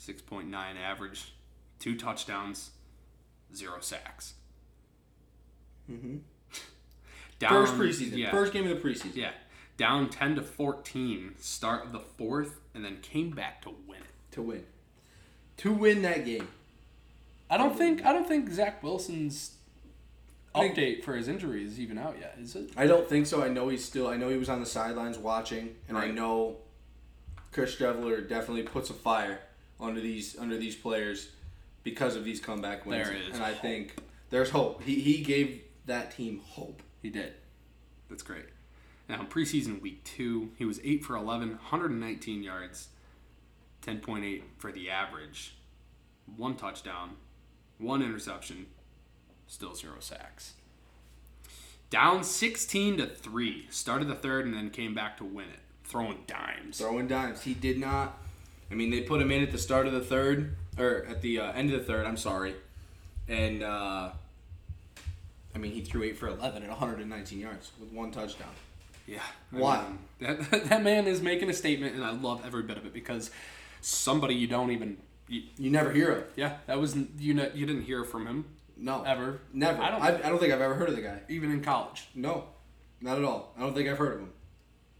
Speaker 3: 6.9 average, two touchdowns, zero sacks.
Speaker 2: Mhm.
Speaker 3: Down,
Speaker 2: First preseason.
Speaker 3: Um, Yeah.
Speaker 2: First game of the preseason.
Speaker 3: yeah. Down 10 to 14, start of the fourth, and then came back to win it.
Speaker 2: to win. To win that game.
Speaker 3: I don't think I don't think Zach Wilson's
Speaker 2: I think-
Speaker 3: update for his injury is even out yet, is it?
Speaker 2: I don't think so. I know he's still. I know he was on the sidelines watching, and I
Speaker 3: Right.
Speaker 2: know Chris Streveler definitely puts a fire under these under these players because of these comeback wins.
Speaker 3: There is
Speaker 2: and I
Speaker 3: hope.
Speaker 2: think there's hope. He he gave that team hope.
Speaker 3: He did. That's great. Now, in preseason week two, he was 8 for 11, 119 yards, 10.8 for the average, one touchdown, one interception, still zero sacks. Down 16 to 3, started the third and then came back to win it, throwing dimes.
Speaker 2: Throwing dimes. He did not. I mean, they put him in at the start of the third, or at the uh, end of the third. I'm sorry, and uh, I mean he threw eight for eleven at 119 yards with one touchdown.
Speaker 3: Yeah.
Speaker 2: Why?
Speaker 3: mean, that, that man is making a statement, and I love every bit of it because somebody you don't even. You,
Speaker 2: You never hear of.
Speaker 3: yeah, that was you. Know, you didn't hear from him
Speaker 2: No.
Speaker 3: ever.
Speaker 2: Never.
Speaker 3: I don't
Speaker 2: I, I don't think I've ever heard of the guy.
Speaker 3: even in college.
Speaker 2: No, not at all. I don't think I've heard of him.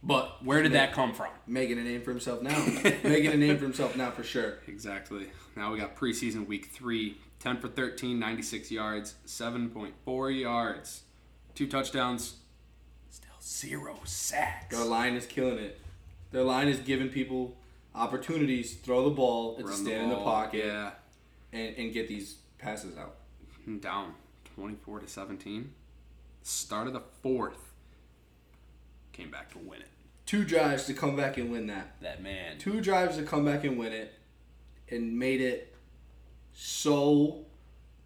Speaker 3: But where did that come from?
Speaker 2: Making a name for himself now. Making a name for himself now for sure.
Speaker 3: Exactly. Now we got preseason week three. 10 for 13, 96 yards, 7.4 yards, two touchdowns, still zero sacks.
Speaker 2: Their line is killing it. Their line is giving people opportunities to throw the ball and to
Speaker 3: Run
Speaker 2: stand in the
Speaker 3: ball,
Speaker 2: pocket
Speaker 3: Yeah.
Speaker 2: and, and get these passes out.
Speaker 3: and down 24 to 17 start of the fourth came back to win it
Speaker 2: Two drives to come back and win that.
Speaker 3: that man
Speaker 2: Two drives to come back and win it and made it so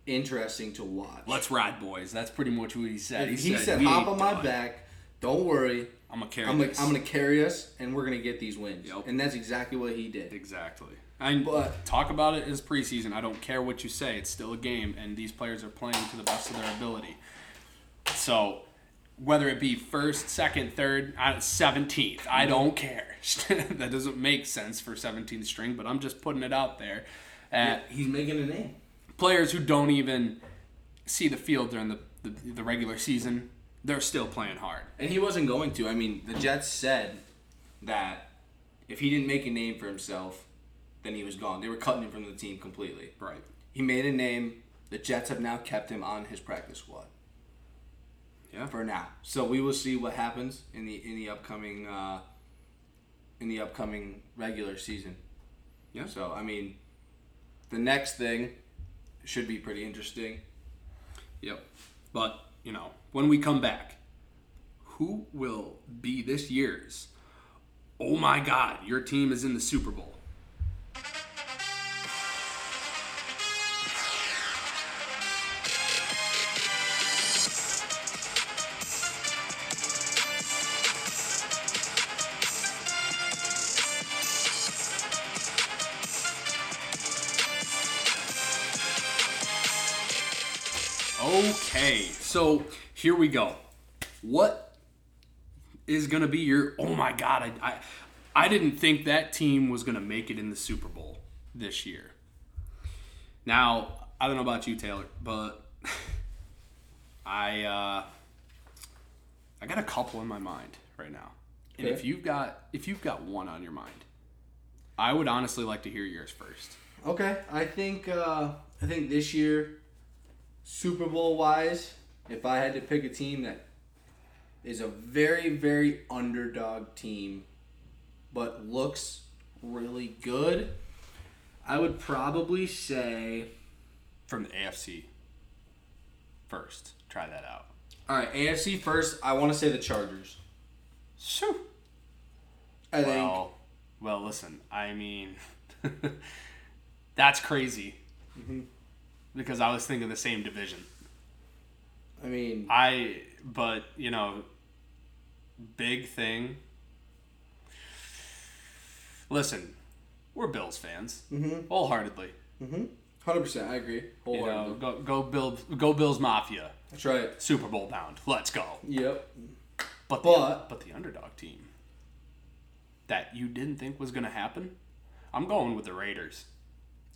Speaker 2: interesting to watch.
Speaker 3: let's ride boys that's pretty much what he said
Speaker 2: he, said,
Speaker 3: "We
Speaker 2: hop
Speaker 3: ain't
Speaker 2: on my
Speaker 3: done.
Speaker 2: back. Don't worry.
Speaker 3: i'm gonna carry
Speaker 2: I'm gonna,
Speaker 3: this."
Speaker 2: I'm gonna carry us, and we're gonna get these wins.
Speaker 3: Yep.
Speaker 2: And that's exactly what he did.
Speaker 3: exactly and
Speaker 2: But-
Speaker 3: talk about it as preseason i don't care what you say it's still a game and these players are playing to the best of their ability so whether it be first second third I- 17th i don't care that doesn't make sense for 17th string but i'm just putting it out there at
Speaker 2: He's making a name.
Speaker 3: players who don't even see the field during the, the, the regular season
Speaker 1: they're still playing hard.
Speaker 2: And he wasn't going to. I mean, the Jets said that if he didn't make a name for himself, then he was gone. They were cutting him from the team completely.
Speaker 1: Right.
Speaker 2: He made a name. The Jets have now kept him on his practice squad.
Speaker 1: Yeah.
Speaker 2: For now, so we will see what happens in the in the upcoming uh, in the upcoming regular season.
Speaker 1: Yeah.
Speaker 2: So I mean, the next thing should be pretty interesting.
Speaker 1: Yep. But, you know, when we come back, who will be this year's? Oh my God, your team is in the Super Bowl. Okay, so here we go. What is gonna be your? Oh my God, I, I, I didn't think that team was gonna make it in the Super Bowl this year. Now I don't know about you, Taylor, but I, uh, I got a couple in my mind right now. And if
Speaker 3: Okay.
Speaker 1: you've got if you've got one on your mind, I would honestly like to hear yours first.
Speaker 3: Okay, I think uh,
Speaker 2: I think this year, Super Bowl wise, if I had to pick a team that is a very, very underdog team, but looks really good, I would probably say.
Speaker 1: from the AFC first. Try that out.
Speaker 2: All right, AFC first, I want to say the Chargers.
Speaker 1: Shoo.
Speaker 2: I think.
Speaker 1: Well, well, listen. I mean, that's crazy.
Speaker 2: Mm-hmm.
Speaker 1: Because I was thinking the same division.
Speaker 2: I mean,
Speaker 1: I, but you know, big thing. Listen, we're Bills fans
Speaker 2: Mm-hmm.
Speaker 1: wholeheartedly.
Speaker 2: 100%. I agree.
Speaker 1: You
Speaker 2: Wholeheartedly.
Speaker 1: know, go go Bill, go Bills Mafia,
Speaker 2: That's right.
Speaker 1: Super Bowl bound. Let's go.
Speaker 2: Yep.
Speaker 1: But
Speaker 2: But-
Speaker 1: the, but the underdog team that you didn't think was going to happen, I'm going with the Raiders.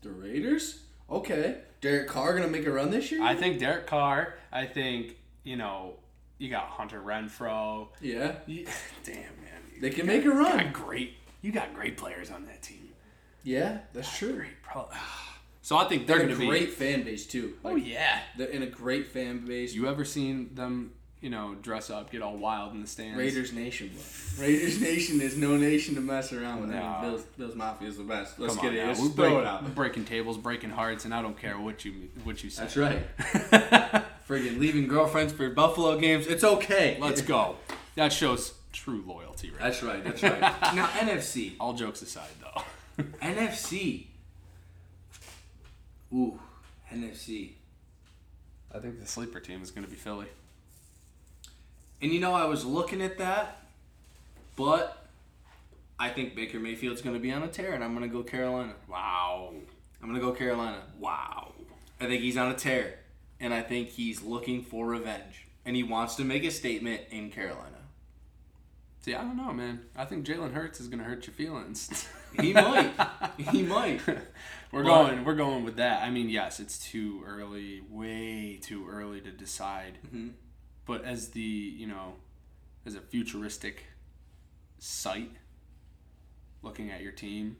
Speaker 2: The Raiders? Okay. Derek Carr going to make a run this year?
Speaker 1: I think Derek Carr. I think you know you got Hunter Renfro.
Speaker 2: yeah.
Speaker 1: You- damn man, you
Speaker 2: They can make a run.
Speaker 1: got great. You got great players on that team.
Speaker 2: Yeah, that's true.
Speaker 1: Pro- So I think they're
Speaker 2: They're
Speaker 1: going
Speaker 2: a
Speaker 1: to be.
Speaker 2: great fan base too.
Speaker 1: Oh
Speaker 2: Like,
Speaker 1: yeah.
Speaker 2: They're in a great fan base.
Speaker 1: You ever seen them? You know, dress up, get all wild in the stands.
Speaker 2: Raiders Nation, bro. Raiders Nation is no nation to mess around with. I
Speaker 1: Nah.
Speaker 2: mean, Bills, Bills Mafia is the best. Let's
Speaker 1: Come
Speaker 2: get
Speaker 1: on
Speaker 2: it.
Speaker 1: now.
Speaker 2: Let's
Speaker 1: We're
Speaker 2: throw it
Speaker 1: breaking-
Speaker 2: out.
Speaker 1: Breaking tables, breaking hearts, and I don't care what you what you say.
Speaker 2: That's right. Friggin' leaving girlfriends for Buffalo games. It's okay.
Speaker 1: Let's go. That shows true loyalty, right?
Speaker 2: That's right. That's right. now NFC.
Speaker 1: All jokes aside, though.
Speaker 2: NFC. Ooh, NFC.
Speaker 1: I think the sleeper team is going to be Philly.
Speaker 2: And you know, I was looking at that, but I think Baker Mayfield's going to be on a tear, and I'm going to go Carolina.
Speaker 1: Wow.
Speaker 2: I'm going to go Carolina.
Speaker 1: Wow.
Speaker 2: I think he's on a tear, and I think he's looking for revenge, and he wants to make a statement in Carolina.
Speaker 1: See, I don't know, man. I think Jalen Hurts is going to hurt your feelings.
Speaker 2: He might. He might.
Speaker 1: We're
Speaker 2: But-
Speaker 1: going. We're going with that. I mean, yes, it's too early, way too early to decide. But as the you know, as a futuristic site, looking at your team,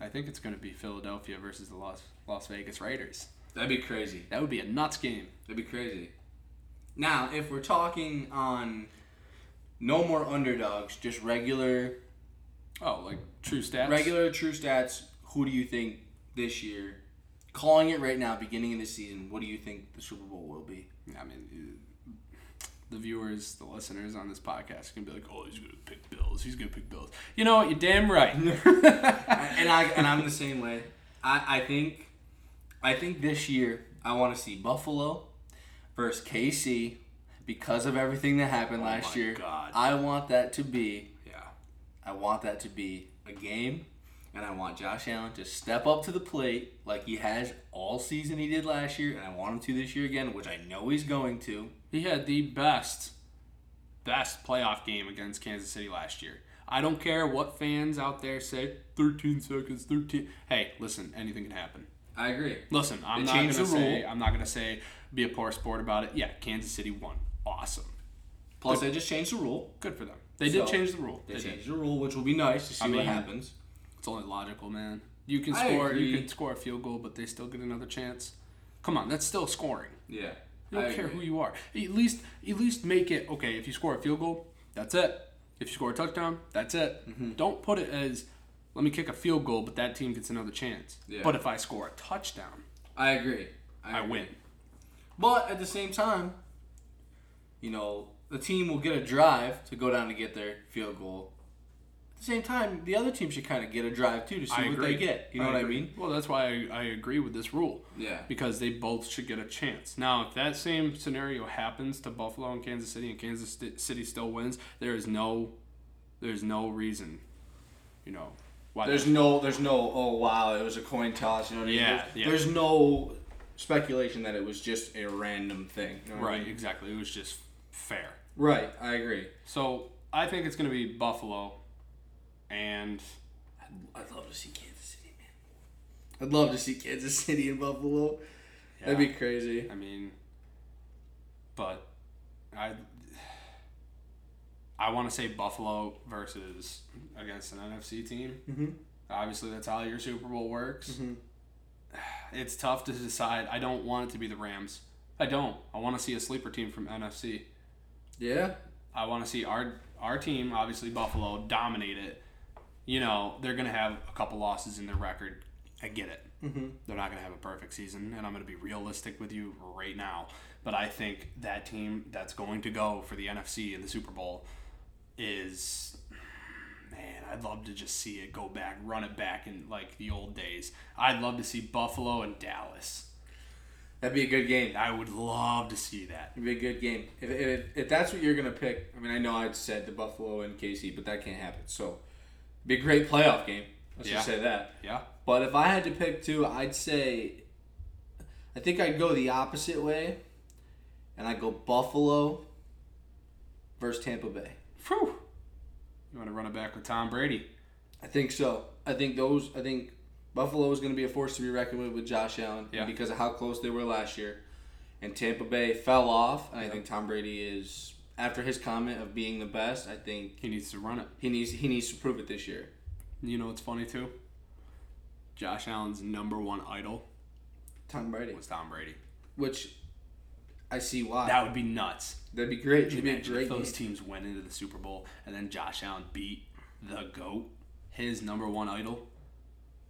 Speaker 1: I think it's going to be Philadelphia versus the Las Las Vegas Raiders.
Speaker 2: That'd be crazy.
Speaker 1: That would be a nuts game.
Speaker 2: That'd be crazy. Now, if we're talking on no more underdogs, just regular
Speaker 1: Oh, like true stats.
Speaker 2: regular true stats, who do you think this year, calling it right now, beginning of the season, what do you think the Super Bowl will be?
Speaker 1: I mean, uh, the viewers, the listeners on this podcast can be like, "Oh, he's gonna pick Bills. He's gonna pick Bills." You know what? You're damn right.
Speaker 2: and I and I'm the same way. I, I think I think this year I want to see Buffalo versus KC because of everything that happened last
Speaker 1: my
Speaker 2: year.
Speaker 1: God.
Speaker 2: I want that to be
Speaker 1: yeah.
Speaker 2: I want that to be a game, and I want Josh Allen to step up to the plate like he has all season he did last year, and I want him to this year again, which I know he's going to.
Speaker 1: He had the best, best playoff game against Kansas City last year. I don't care what fans out there say. Thirteen seconds. Thirteen. Hey, listen. Anything can happen.
Speaker 2: I agree.
Speaker 1: Listen, I'm
Speaker 2: They
Speaker 1: not
Speaker 2: changed
Speaker 1: gonna
Speaker 2: the
Speaker 1: say.
Speaker 2: rule.
Speaker 1: I'm not gonna say. Be a poor sport about it. Yeah, Kansas City won.
Speaker 3: awesome.
Speaker 2: Plus, they just changed the rule.
Speaker 3: Good for them. They did
Speaker 2: So,
Speaker 3: change the rule.
Speaker 2: They,
Speaker 3: They, did.
Speaker 2: changed the rule, which will be nice to see
Speaker 3: I
Speaker 2: what
Speaker 3: mean-
Speaker 2: happens.
Speaker 3: It's only logical, man. You can
Speaker 2: I
Speaker 3: score. You
Speaker 2: agree.
Speaker 3: can score a field goal, but they still get another chance. Come on, that's still scoring.
Speaker 2: Yeah.
Speaker 3: I don't care who you are. At least, at least make it okay. If you score a field goal, that's it. If you score a touchdown, that's it.
Speaker 2: Mm-hmm.
Speaker 3: Don't put it as let me kick a field goal, but that team gets another chance.
Speaker 2: Yeah.
Speaker 3: But if I score a touchdown,
Speaker 2: I agree.
Speaker 3: I
Speaker 2: agree.
Speaker 3: win.
Speaker 2: But at the same time, you know, the team will get a drive to go down to get their field goal. At the same time, the other team should kind of get a drive too to see
Speaker 3: I
Speaker 2: what
Speaker 3: agree.
Speaker 2: they get. You know what
Speaker 3: agree.
Speaker 2: I mean?
Speaker 3: Well, that's why I, I agree with this rule.
Speaker 2: Yeah.
Speaker 3: Because they both should get a chance. Now, if that same scenario happens to Buffalo and Kansas City, and Kansas Sti- City still wins, there is no, there's no reason, you know, why.
Speaker 2: There's no, there's no. Oh wow, it was a coin toss. You know what I mean?
Speaker 3: Yeah,
Speaker 2: There's,
Speaker 3: yeah.
Speaker 2: there's no speculation that it was just a random thing. you know what I
Speaker 3: right.
Speaker 2: mean?
Speaker 3: Exactly. It was just fair.
Speaker 2: Right. I agree.
Speaker 3: So I think it's going to be Buffalo, and
Speaker 2: I'd love to see Kansas City, man. I'd love to see Kansas City and Buffalo. That'd be crazy.
Speaker 3: I mean, but I I want to say Buffalo versus against an NFC team. Mm-hmm. Obviously, that's how your Super Bowl works. It's tough to decide. I don't want it to be the Rams. I don't. I want to see a sleeper team from NFC.
Speaker 2: Yeah.
Speaker 3: I want to see our our team, obviously Buffalo, dominate it. You know they're gonna have a couple losses in their record. I get it. Mm-hmm. They're not gonna have a perfect season, and I'm gonna be realistic with you right now. But I think that team that's going to go for the NFC in the Super Bowl is man. I'd love to just see it go back, run it back in like the old days. I'd love to see Buffalo and Dallas.
Speaker 2: That'd be a good game.
Speaker 3: I would love to see that.
Speaker 2: It'd be a good game. If, if, if that's what you're gonna pick, I mean, I know I said the Buffalo and KC, but that can't happen. So, it'd be a great playoff game. Let's just
Speaker 3: Yeah.
Speaker 2: say that.
Speaker 3: Yeah.
Speaker 2: But if I had to pick two, I'd say, I think I'd go the opposite way, and I'd go Buffalo versus Tampa Bay.
Speaker 3: Phew. You want to run it back with Tom Brady?
Speaker 2: I think so. I think those. I think Buffalo is going to be a force to be reckoned with with Josh Allen
Speaker 3: Yeah.
Speaker 2: because of how close they were last year. And Tampa Bay fell off, and I think Tom Brady is after his comment of being the best. I think
Speaker 3: He needs to run it.
Speaker 2: he needs he needs to prove it this year.
Speaker 3: You know what's funny too? Josh Allen's number one idol
Speaker 2: Tom Brady,
Speaker 3: was Tom Brady.
Speaker 2: which I see why
Speaker 3: That would be nuts.
Speaker 2: that'd be great. It'd be a
Speaker 3: Imagine
Speaker 2: great
Speaker 3: if those
Speaker 2: game.
Speaker 3: teams went into the Super Bowl and then Josh Allen beat the GOAT, his number one idol.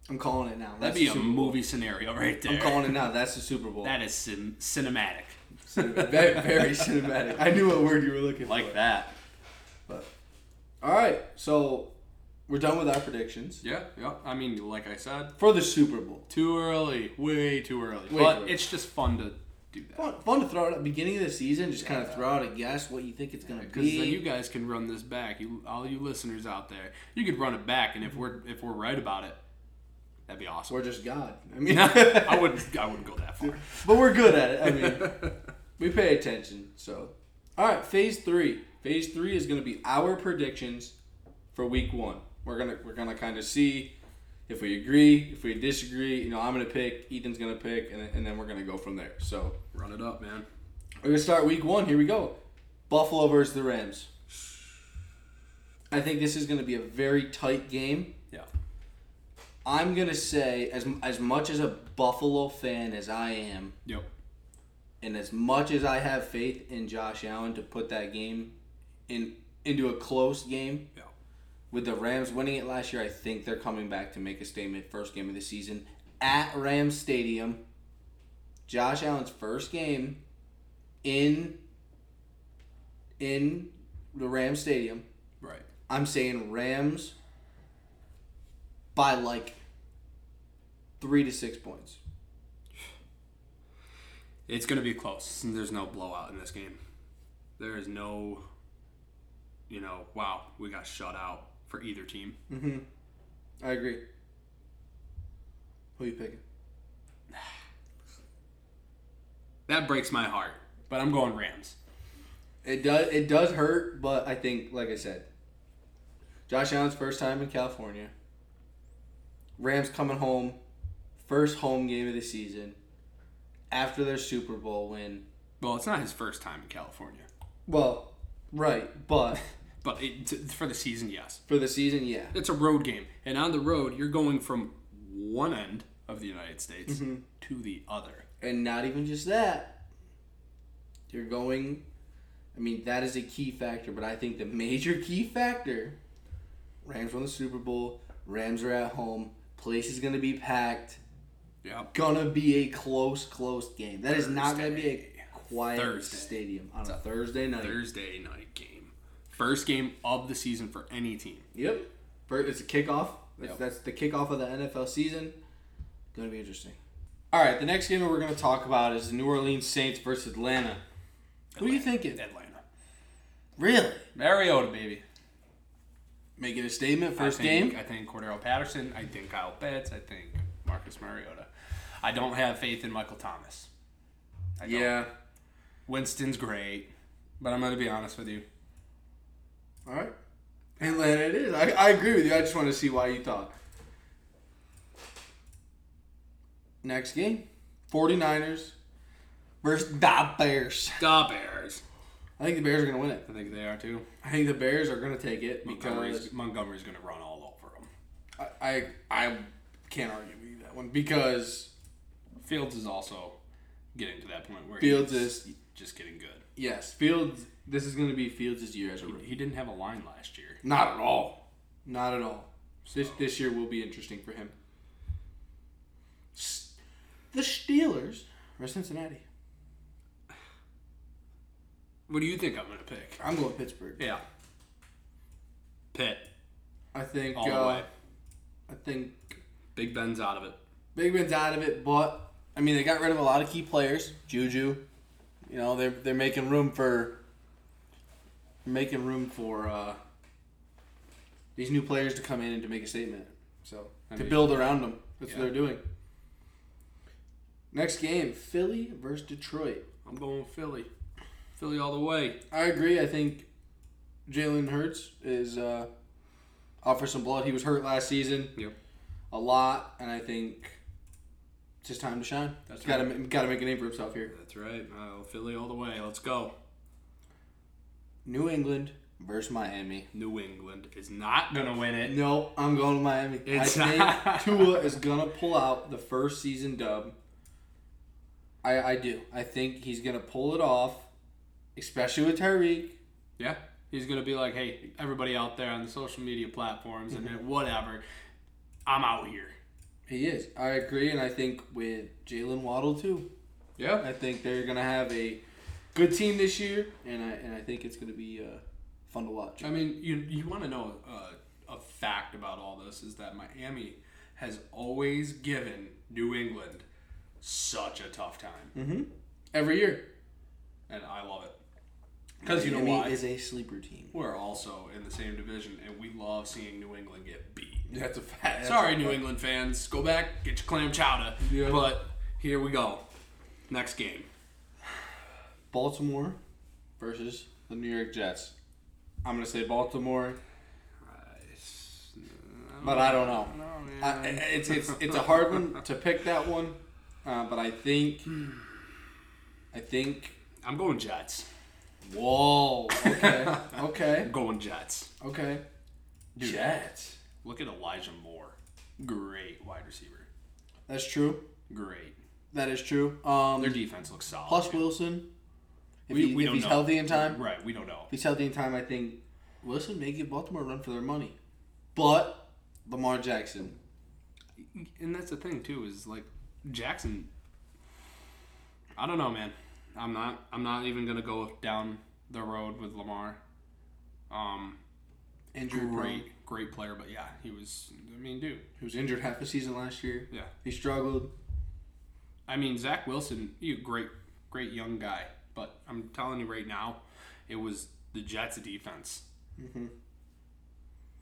Speaker 2: I'm calling it now.
Speaker 3: That'd
Speaker 2: That's
Speaker 3: be
Speaker 2: the
Speaker 3: a
Speaker 2: Super Bowl.
Speaker 3: movie scenario right there.
Speaker 2: I'm calling it now. That's the Super Bowl.
Speaker 3: That is cin- cinematic.
Speaker 2: very, very cinematic. I knew what word you were looking for.
Speaker 3: Like that.
Speaker 2: But all right, so we're done with our predictions.
Speaker 3: Yeah, yeah. I mean, like I said,
Speaker 2: for the Super Bowl.
Speaker 3: too early. Way too early.
Speaker 2: Way
Speaker 3: but
Speaker 2: too early.
Speaker 3: it's just fun to do that.
Speaker 2: Fun, fun to throw out at the beginning of the season, just kind of throw out a guess what you think it's going to
Speaker 3: Because
Speaker 2: be.
Speaker 3: then you guys can run this back. You, all you listeners out there, you could run it back, and if we're if we're right about it, that'd be awesome.
Speaker 2: We're just God. I mean,
Speaker 3: I wouldn't I wouldn't go that far.
Speaker 2: but we're good at it. I mean, we pay attention. So, all right, phase three. Phase three is going to be our predictions for week one. We're gonna we're gonna kind of see if we agree, if we disagree. You know, I'm gonna pick, Ethan's gonna pick, and, and then we're gonna go from there. So
Speaker 3: Run it up, man.
Speaker 2: We're gonna start week one. Here we go. Buffalo versus the Rams. I think this is gonna be a very tight game.
Speaker 3: Yeah.
Speaker 2: I'm gonna say as as much as a Buffalo fan as I am,
Speaker 3: Yep.
Speaker 2: and as much as I have faith in Josh Allen to put that game in into a close game.
Speaker 3: Yeah.
Speaker 2: With the Rams winning it last year, I think they're coming back to make a statement first game of the season at Rams Stadium. Josh Allen's first game in in the Rams Stadium.
Speaker 3: Right.
Speaker 2: I'm saying Rams by like 3 to 6 points.
Speaker 3: It's gonna be close. There's no blowout in this game. There is no, you know, wow, we got shut out for either team.
Speaker 2: I agree. Who you picking?
Speaker 3: That breaks my heart. But I'm going Rams.
Speaker 2: It does it does hurt, but I think like I said, Josh Allen's first time in California. Rams coming home, first home game of the season, after their Super Bowl win.
Speaker 3: Well, it's not his first time in California.
Speaker 2: Well, right, but
Speaker 3: But it, t- for the season, yes.
Speaker 2: for the season, yeah.
Speaker 3: It's a road game. And on the road, you're going from one end of the United States
Speaker 2: Mm-hmm.
Speaker 3: to the other.
Speaker 2: And not even just that. You're going. I mean, that is a key factor, but I think the major key factor Rams won the Super Bowl, Rams are at home, place is going to be packed,
Speaker 3: Yeah.
Speaker 2: gonna be a close, close game. That is not gonna be a
Speaker 3: Thursday.
Speaker 2: quiet
Speaker 3: Thursday.
Speaker 2: stadium on a Thursday night.
Speaker 3: Thursday night game. First game of the season for any team.
Speaker 2: Yep. Fir- It's a kickoff. That's,
Speaker 3: Yep.
Speaker 2: that's the kickoff of the NFL season. Going to be interesting. All right, the next game that we're going to talk about is the New Orleans Saints versus Atlanta. Who are you thinking?
Speaker 3: Atlanta.
Speaker 2: Really?
Speaker 3: Mariota, baby.
Speaker 2: Making a statement first
Speaker 3: I think,
Speaker 2: game?
Speaker 3: I think Cordero Patterson. I think Kyle Pitts. I think Marcus Mariota. I don't have faith in Michael Thomas. I don't. Winston's great, but I'm going to be honest with you.
Speaker 2: All right. Atlanta it is. I, I agree with you. I just want to see why you thought. Next game 49ers versus the Bears.
Speaker 3: The Bears.
Speaker 2: I think the Bears are going to win it.
Speaker 3: I think they are too.
Speaker 2: I think the Bears are going to take it because
Speaker 3: Montgomery's, Montgomery's going to run all over them.
Speaker 2: I, I I can't argue with you that one because
Speaker 3: Fields is also getting to that point where
Speaker 2: Fields
Speaker 3: he's just getting good.
Speaker 2: yes, Fields. This is going to be Fields' year as a rookie.
Speaker 3: He didn't have a line last year.
Speaker 2: Not at all. Not at all. This this year will be interesting for him. S- The Steelers or Cincinnati.
Speaker 3: What do you think I'm going to pick?
Speaker 2: I'm going Pittsburgh.
Speaker 3: Yeah. Pitt
Speaker 2: I think
Speaker 3: all the
Speaker 2: uh,
Speaker 3: way.
Speaker 2: I think
Speaker 3: Big Ben's out of it.
Speaker 2: Big Ben's out of it, but I mean they got rid of a lot of key players. Juju, you know they're they're making room for making room for uh, these new players to come in and to make a statement. So
Speaker 3: I
Speaker 2: to
Speaker 3: mean-
Speaker 2: build around them, that's
Speaker 3: Yeah.
Speaker 2: what they're doing. Next game, Philly versus Detroit.
Speaker 3: I'm going with Philly. Philly all the way.
Speaker 2: I agree. I think Jalen Hurts is uh, out for some blood. He was hurt last season.
Speaker 3: Yep.
Speaker 2: A lot, and I think it's his time to shine.
Speaker 3: That's
Speaker 2: got to got to make a name for himself here.
Speaker 3: That's right. Oh, Philly all the way. Let's go.
Speaker 2: New England versus Miami.
Speaker 3: New England is not going to win it.
Speaker 2: No, I'm going to Miami.
Speaker 3: It's-
Speaker 2: I think Tua is gonna pull out the first season dub. I I do. I think he's gonna pull it off, especially with Tyreek.
Speaker 3: Yeah. He's going to be like, hey, everybody out there on the social media platforms
Speaker 2: Mm-hmm.
Speaker 3: and whatever, I'm out here.
Speaker 2: He is. I agree, and I think with Jalen Waddle too.
Speaker 3: Yeah.
Speaker 2: I think they're gonna have a good team this year, and I and I think it's gonna be uh, fun to watch.
Speaker 3: I mean, you you want to know uh, a fact about all this is that Miami has always given New England such a tough time,
Speaker 2: Mm-hmm. Every year,
Speaker 3: and I love it because you know
Speaker 2: Miami
Speaker 3: why
Speaker 2: is a sleeper team.
Speaker 3: we're also in the same division, and we love seeing New England get beat.
Speaker 2: That's a fact.
Speaker 3: Sorry, New England fans, go back get your clam chowder.
Speaker 2: Yeah.
Speaker 3: But here we go. Next game.
Speaker 2: Baltimore versus the New York Jets. I'm gonna say Baltimore, but I don't know. I, I- it's it's it's a hard one to pick that one, uh, but I think I think.
Speaker 3: I'm going Jets.
Speaker 2: Whoa. Okay. Okay.
Speaker 3: I'm going Jets.
Speaker 2: Okay. Jets.
Speaker 3: Look at Elijah Moore. Great wide receiver.
Speaker 2: That's true.
Speaker 3: Great.
Speaker 2: That is true. Um,
Speaker 3: Their defense looks solid.
Speaker 2: plus
Speaker 3: too.
Speaker 2: Wilson. If,
Speaker 3: we,
Speaker 2: he,
Speaker 3: we
Speaker 2: if
Speaker 3: don't
Speaker 2: he's
Speaker 3: know.
Speaker 2: healthy in time, if
Speaker 3: Right, we don't know.
Speaker 2: he's healthy in time, I think Wilson may give Baltimore a run for their money. But Lamar Jackson,
Speaker 3: And that's the thing too is like Jackson I don't know, man. I'm not I'm not even going to go down the road with Lamar. Um
Speaker 2: injured, prone.
Speaker 3: great great player, but yeah, he was I mean, dude.
Speaker 2: he was injured half the season last year.
Speaker 3: Yeah.
Speaker 2: He struggled.
Speaker 3: I mean, Zach Wilson, you great great young guy, but I'm telling you right now, it was the Jets defense. Mhm.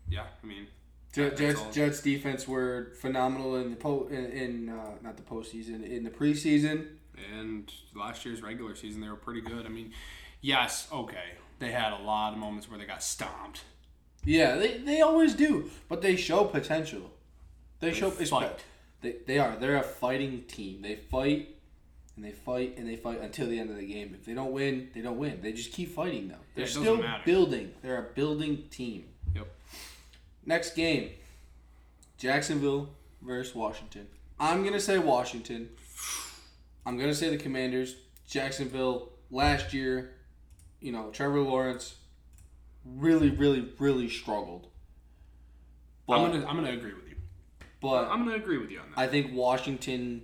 Speaker 3: Yeah, I mean,
Speaker 2: Jet,
Speaker 3: That's
Speaker 2: Mm-hmm. Jets,
Speaker 3: all.
Speaker 2: Jets defense were phenomenal in the po in, in uh, not the postseason in the preseason.
Speaker 3: and last year's regular season they were pretty good. I mean, yes, okay, they had a lot of moments where they got stomped.
Speaker 2: Yeah, they, they always do, but they show potential. They, show
Speaker 3: fight.
Speaker 2: They, they are. They're a fighting team. They fight, and and they fight and they fight until the end of the game. If they don't win, they don't win. They just keep fighting though. They're
Speaker 1: it doesn't
Speaker 2: still
Speaker 1: matter.
Speaker 2: building. They're a building team.
Speaker 1: Yep.
Speaker 2: Next game, Jacksonville versus Washington. I'm gonna say Washington. I'm gonna say the Commanders. Jacksonville last year, you know, Trevor Lawrence really, really, really struggled. But,
Speaker 1: I'm gonna I'm gonna agree with you.
Speaker 2: but
Speaker 1: I'm gonna agree with you on that.
Speaker 2: I think Washington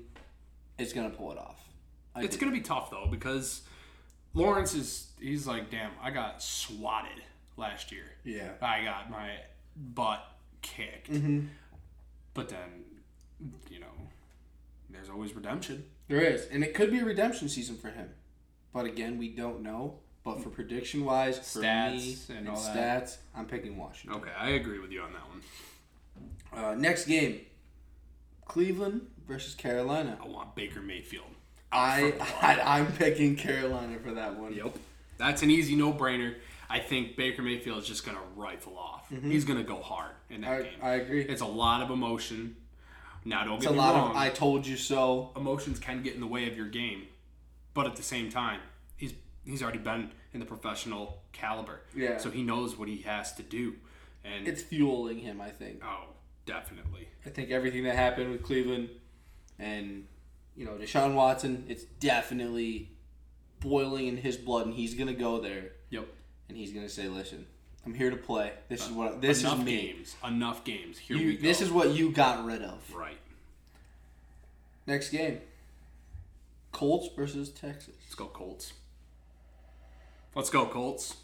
Speaker 2: is gonna pull it off. I
Speaker 1: it's
Speaker 2: do.
Speaker 1: gonna be tough though because Lawrence is he's like, damn, I got swatted last year.
Speaker 2: Yeah.
Speaker 1: I got my butt kicked. But then, you know, there's always redemption.
Speaker 2: There is, and it could be a redemption season for him. But again, we don't know. But for prediction wise, for me
Speaker 1: Stats and
Speaker 2: and,
Speaker 1: all
Speaker 2: stats,
Speaker 1: that.
Speaker 2: I'm picking Washington.
Speaker 1: Okay, I agree with you on that one.
Speaker 2: Uh, next game, Cleveland versus Carolina.
Speaker 1: I want Baker Mayfield.
Speaker 2: I, I I'm picking Carolina for that one.
Speaker 1: Yep. That's an easy no brainer. I think Baker Mayfield is just going to rifle off. He's going to go hard in that
Speaker 2: Mm-hmm. I,
Speaker 1: game.
Speaker 2: I agree. It's,
Speaker 1: it's a lot of emotion. Now, don't
Speaker 2: a
Speaker 1: get me
Speaker 2: lot
Speaker 1: wrong.
Speaker 2: of I told you so.
Speaker 1: emotions can get in the way of your game, but at the same time, he's he's already been in the professional caliber.
Speaker 2: Yeah.
Speaker 1: So he knows what he has to do, and
Speaker 2: It's fueling him. I think.
Speaker 1: oh, definitely.
Speaker 2: I think everything that happened with Cleveland and you know Deshaun Watson, it's definitely boiling in his blood, and he's gonna go there
Speaker 1: Yep.
Speaker 2: and he's gonna say, "Listen, I'm here to play. This is what this is
Speaker 1: enough
Speaker 2: me.
Speaker 1: games. Enough games. Here we
Speaker 2: You,
Speaker 1: go.
Speaker 2: this is what you got rid of."
Speaker 1: right.
Speaker 2: Next game, Colts versus Texas.
Speaker 1: Let's go Colts. Let's go Colts.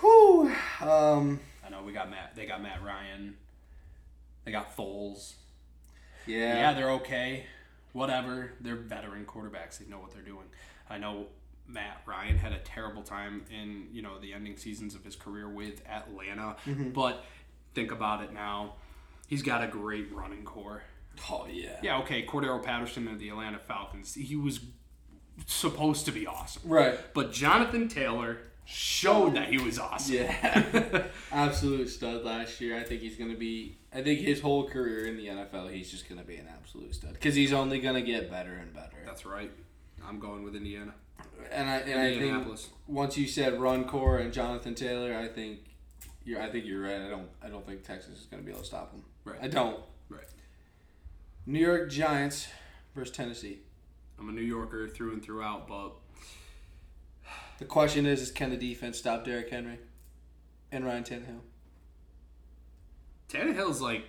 Speaker 2: Whew. Um.
Speaker 1: I know we got Matt. They got Matt Ryan. They got Foles.
Speaker 2: Yeah.
Speaker 1: Yeah, they're okay. Whatever. They're veteran quarterbacks. They know what they're doing. I know Matt Ryan had a terrible time in, you know, the ending seasons of his career with Atlanta. But think about it now. He's got a great running core.
Speaker 2: Oh yeah.
Speaker 1: Yeah, okay, Cordero Patterson of the Atlanta Falcons. He was supposed to be awesome.
Speaker 2: Right.
Speaker 1: But Jonathan Taylor showed Oh, that he was awesome.
Speaker 2: Yeah. absolute stud last year. I think he's going to be, I think his whole career in the NFL, he's just going to be an absolute stud because he's only going to get better and better.
Speaker 1: That's right. I'm going with Indiana.
Speaker 2: And I, and I think
Speaker 1: Indianapolis.
Speaker 2: once you said Ron Core and Jonathan Taylor, I think you're, I think you're right. I don't, I don't think Texas is going to be able to stop him.
Speaker 1: Right.
Speaker 2: I don't.
Speaker 1: Right.
Speaker 2: New York Giants versus Tennessee.
Speaker 1: I'm a New Yorker through and throughout, but
Speaker 2: The question is, is can the defense stop Derrick Henry and Ryan Tannehill?
Speaker 1: Tannehill's like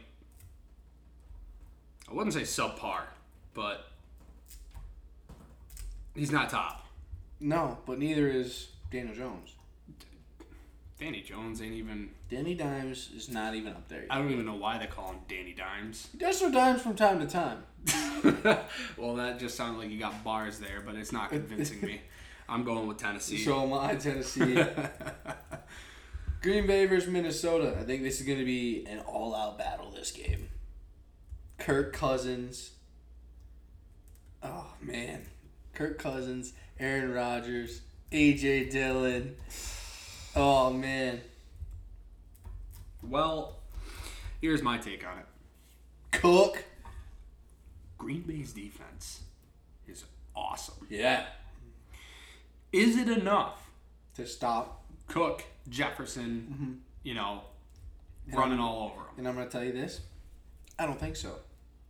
Speaker 1: I wouldn't say subpar, but he's not top.
Speaker 2: No, but neither is Daniel Jones.
Speaker 1: Danny Jones ain't even
Speaker 2: Danny Dimes is not even up there. Yet.
Speaker 1: I don't even know why they call him Danny Dimes.
Speaker 2: He does throw dimes from time to time.
Speaker 1: well, that just sounded like you got bars there, but it's not convincing me. I'm going with Tennessee.
Speaker 2: So am I, Tennessee. Green Bay versus Minnesota. I think this is going to be an all-out battle this game. Kirk Cousins. Oh man, Kirk Cousins, Aaron Rodgers, AJ Dillon. Oh man,
Speaker 1: well, here's my take on it.
Speaker 2: Cook.
Speaker 1: Green Bay's defense is awesome.
Speaker 2: Yeah.
Speaker 1: Is it enough
Speaker 2: To stop.
Speaker 1: Cook, Jefferson, you know, running all over him.
Speaker 2: And I'm going to tell you this. I don't think so.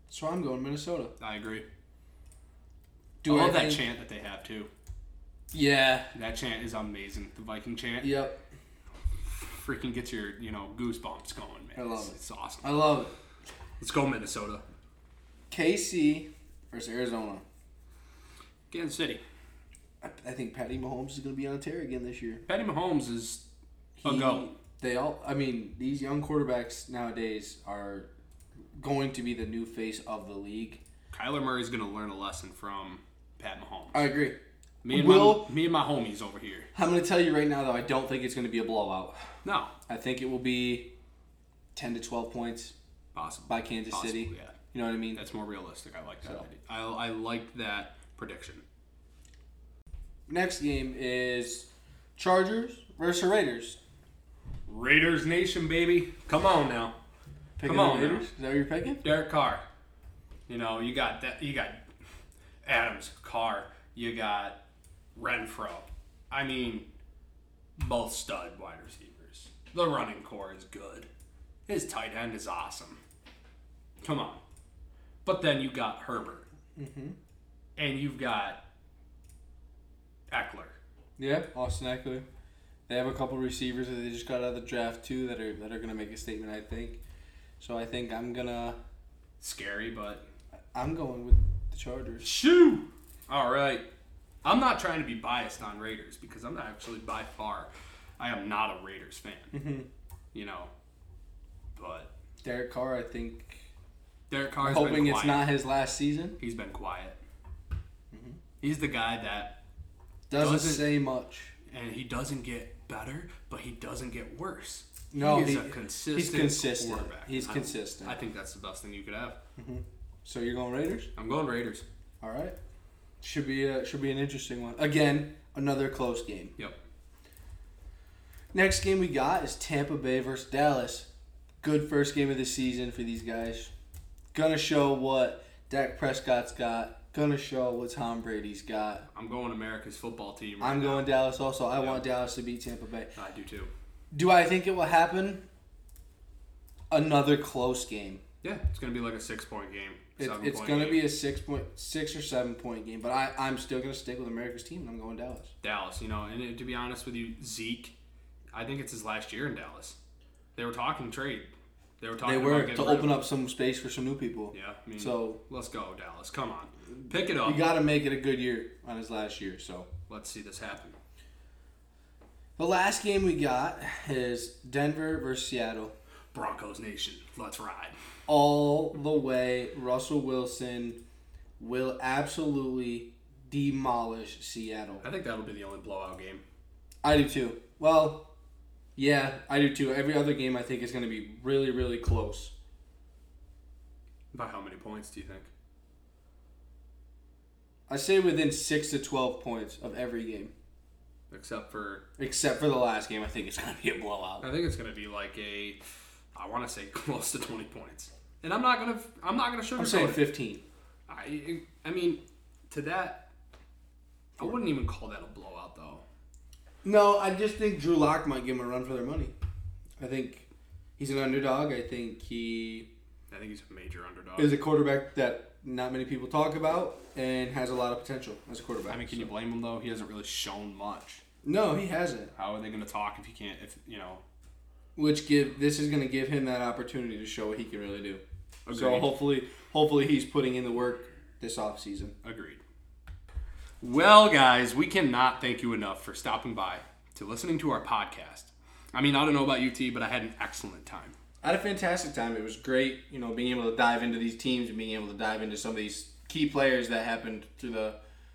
Speaker 2: So I'm going Minnesota.
Speaker 1: I agree.
Speaker 2: Do
Speaker 1: I love that
Speaker 2: think-
Speaker 1: chant that they have too.
Speaker 2: Yeah.
Speaker 1: That chant is amazing. The Viking chant
Speaker 2: Yep.
Speaker 1: freaking gets your you know goosebumps going, man.
Speaker 2: I love
Speaker 1: it's,
Speaker 2: it.
Speaker 1: it's awesome.
Speaker 2: I love it.
Speaker 1: Let's go Minnesota,
Speaker 2: KC versus Arizona.
Speaker 1: Kansas City.
Speaker 2: I, I think Patty Mahomes is going to be on a tear again this year.
Speaker 1: Patty Mahomes is a go.
Speaker 2: They all. I mean, these young quarterbacks nowadays are going to be the new face of the league.
Speaker 1: Kyler Murray's gonna learn a lesson from Pat Mahomes.
Speaker 2: I agree.
Speaker 1: me and
Speaker 2: Will-
Speaker 1: my me and my homies over here.
Speaker 2: I'm going to tell you right now, though, I don't think it's going to be a blowout.
Speaker 1: No,
Speaker 2: I think it will be ten to twelve points
Speaker 1: possible
Speaker 2: by Kansas
Speaker 1: Possible,
Speaker 2: City.
Speaker 1: Yeah,
Speaker 2: You know what I mean?
Speaker 1: that's more realistic. I like that. idea. I I like that prediction.
Speaker 2: Next game is Chargers versus Raiders.
Speaker 1: Raiders Nation, baby. Come on now,
Speaker 2: Picking
Speaker 1: Come on,
Speaker 2: the Raiders.
Speaker 1: man.
Speaker 2: Is that what you're picking?
Speaker 1: Derek Carr.
Speaker 3: You know, you got that. You got Adams, Carr. You got Renfro. I mean, both stud wide receivers. The running core is good. His tight end is awesome. Come on. But then you got Herbert.
Speaker 2: Mm-hmm.
Speaker 3: And you've got Eckler.
Speaker 2: Yeah, Austin Eckler. They have a couple receivers that they just got out of the draft too that are that are gonna make a statement. I think. So I think I'm gonna
Speaker 3: Scary, but
Speaker 2: I'm going with the Chargers.
Speaker 3: Shoo! All right. I'm not trying to be biased on Raiders because I'm not actually by far. I am not a Raiders fan. You know, but
Speaker 2: Derek Carr, I think.
Speaker 3: Derek Carr's
Speaker 2: hoping
Speaker 3: been
Speaker 2: it's
Speaker 3: quiet.
Speaker 2: not his last season.
Speaker 3: He's been quiet.
Speaker 2: Mm-hmm.
Speaker 3: He's the guy that,
Speaker 2: Doesn't,
Speaker 3: Doesn't-
Speaker 2: say much.
Speaker 3: and he doesn't get better, but he doesn't get worse.
Speaker 2: No,
Speaker 3: he's
Speaker 2: he-
Speaker 3: a
Speaker 2: he's
Speaker 3: consistent.
Speaker 2: consistent.
Speaker 3: Quarterback.
Speaker 2: He's
Speaker 3: I-
Speaker 2: consistent.
Speaker 3: I think that's the best thing you could have.
Speaker 2: So you're going Raiders.
Speaker 3: I'm going Raiders.
Speaker 2: All right. Should be a, should be an interesting one. Again, another close game.
Speaker 3: Yep.
Speaker 2: Next game we got is Tampa Bay versus Dallas. Good first game of the season for these guys. Gonna show what Dak Prescott's got. Gonna show what Tom Brady's got.
Speaker 3: I'm going America's football team. right
Speaker 2: I'm
Speaker 3: now.
Speaker 2: going Dallas also. I
Speaker 3: Yeah.
Speaker 2: want Dallas to beat Tampa Bay.
Speaker 3: I do too.
Speaker 2: Do I think it will happen? Another close game.
Speaker 3: Yeah, it's gonna be like a six point game.
Speaker 2: It's,
Speaker 3: seven
Speaker 2: it's
Speaker 3: point
Speaker 2: gonna
Speaker 3: game.
Speaker 2: be a six point six or seven point game, but I, I'm still gonna stick with America's team and I'm going Dallas.
Speaker 3: Dallas, you know, and it- to be honest with you, Zeke, I think it's his last year in Dallas. They were talking trade. They were talking
Speaker 2: They were
Speaker 3: about
Speaker 2: to
Speaker 3: getting rid of
Speaker 2: open
Speaker 3: him.
Speaker 2: up some space for some new people.
Speaker 3: Yeah, I mean,
Speaker 2: So
Speaker 3: let's go Dallas. Come on, pick it up.
Speaker 2: you gotta make it a good year on his last year, so
Speaker 3: let's see this happen.
Speaker 2: The last game we got is Denver versus Seattle.
Speaker 3: Broncos Nation, let's ride.
Speaker 2: All the way, Russell Wilson will absolutely demolish Seattle.
Speaker 3: I think that'll be the only blowout game.
Speaker 2: I do too. Well, yeah, I do too. Every other game I think is going to be really, really close.
Speaker 3: By how many points do you think?
Speaker 2: I say within 6 to 12 points of every game,
Speaker 3: Except for,
Speaker 2: except for the last game. I think it's going to be a blowout.
Speaker 3: I think it's gonna be like a, I want to say close to twenty points. And I'm not gonna, I'm not gonna
Speaker 2: I'm
Speaker 3: sugarcoat
Speaker 2: saying
Speaker 3: it.
Speaker 2: 15.
Speaker 3: I, I mean, to that, I wouldn't even call that a blowout though.
Speaker 2: No, I just think Drew Lock might give him a run for their money. I think he's an underdog. I think he
Speaker 3: I think he's a major underdog.
Speaker 2: is a quarterback that not many people talk about and has a lot of potential as a quarterback.
Speaker 3: I mean, can you blame him though? He hasn't really shown much.
Speaker 2: No, he hasn't.
Speaker 3: How are they going to talk if you can't? If you know,
Speaker 2: Which give this is going to give him that opportunity to show what he can really do. So
Speaker 3: Agreed.
Speaker 2: hopefully, hopefully he's putting in the work this off season.
Speaker 3: agreed. Well, guys, we cannot thank you enough for stopping by to listening to our podcast. I mean, I don't know about you, T, but I had an excellent time.
Speaker 2: I had a fantastic time. It was great, you know, being able to dive into these teams and being able to dive into some of these key players that happened through the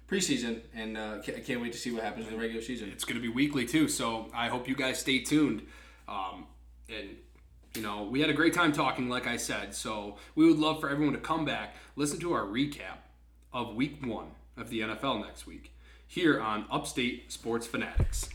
Speaker 2: preseason. And uh, ca- I can't wait to see what happens in the regular season.
Speaker 3: It's going to be weekly too, so I hope you guys stay tuned. Um, and you know, we had a great time talking, like I said. So we would love for everyone to come back, listen to our recap of Week One of the NFL next week here on Upstate Sports Fanatics.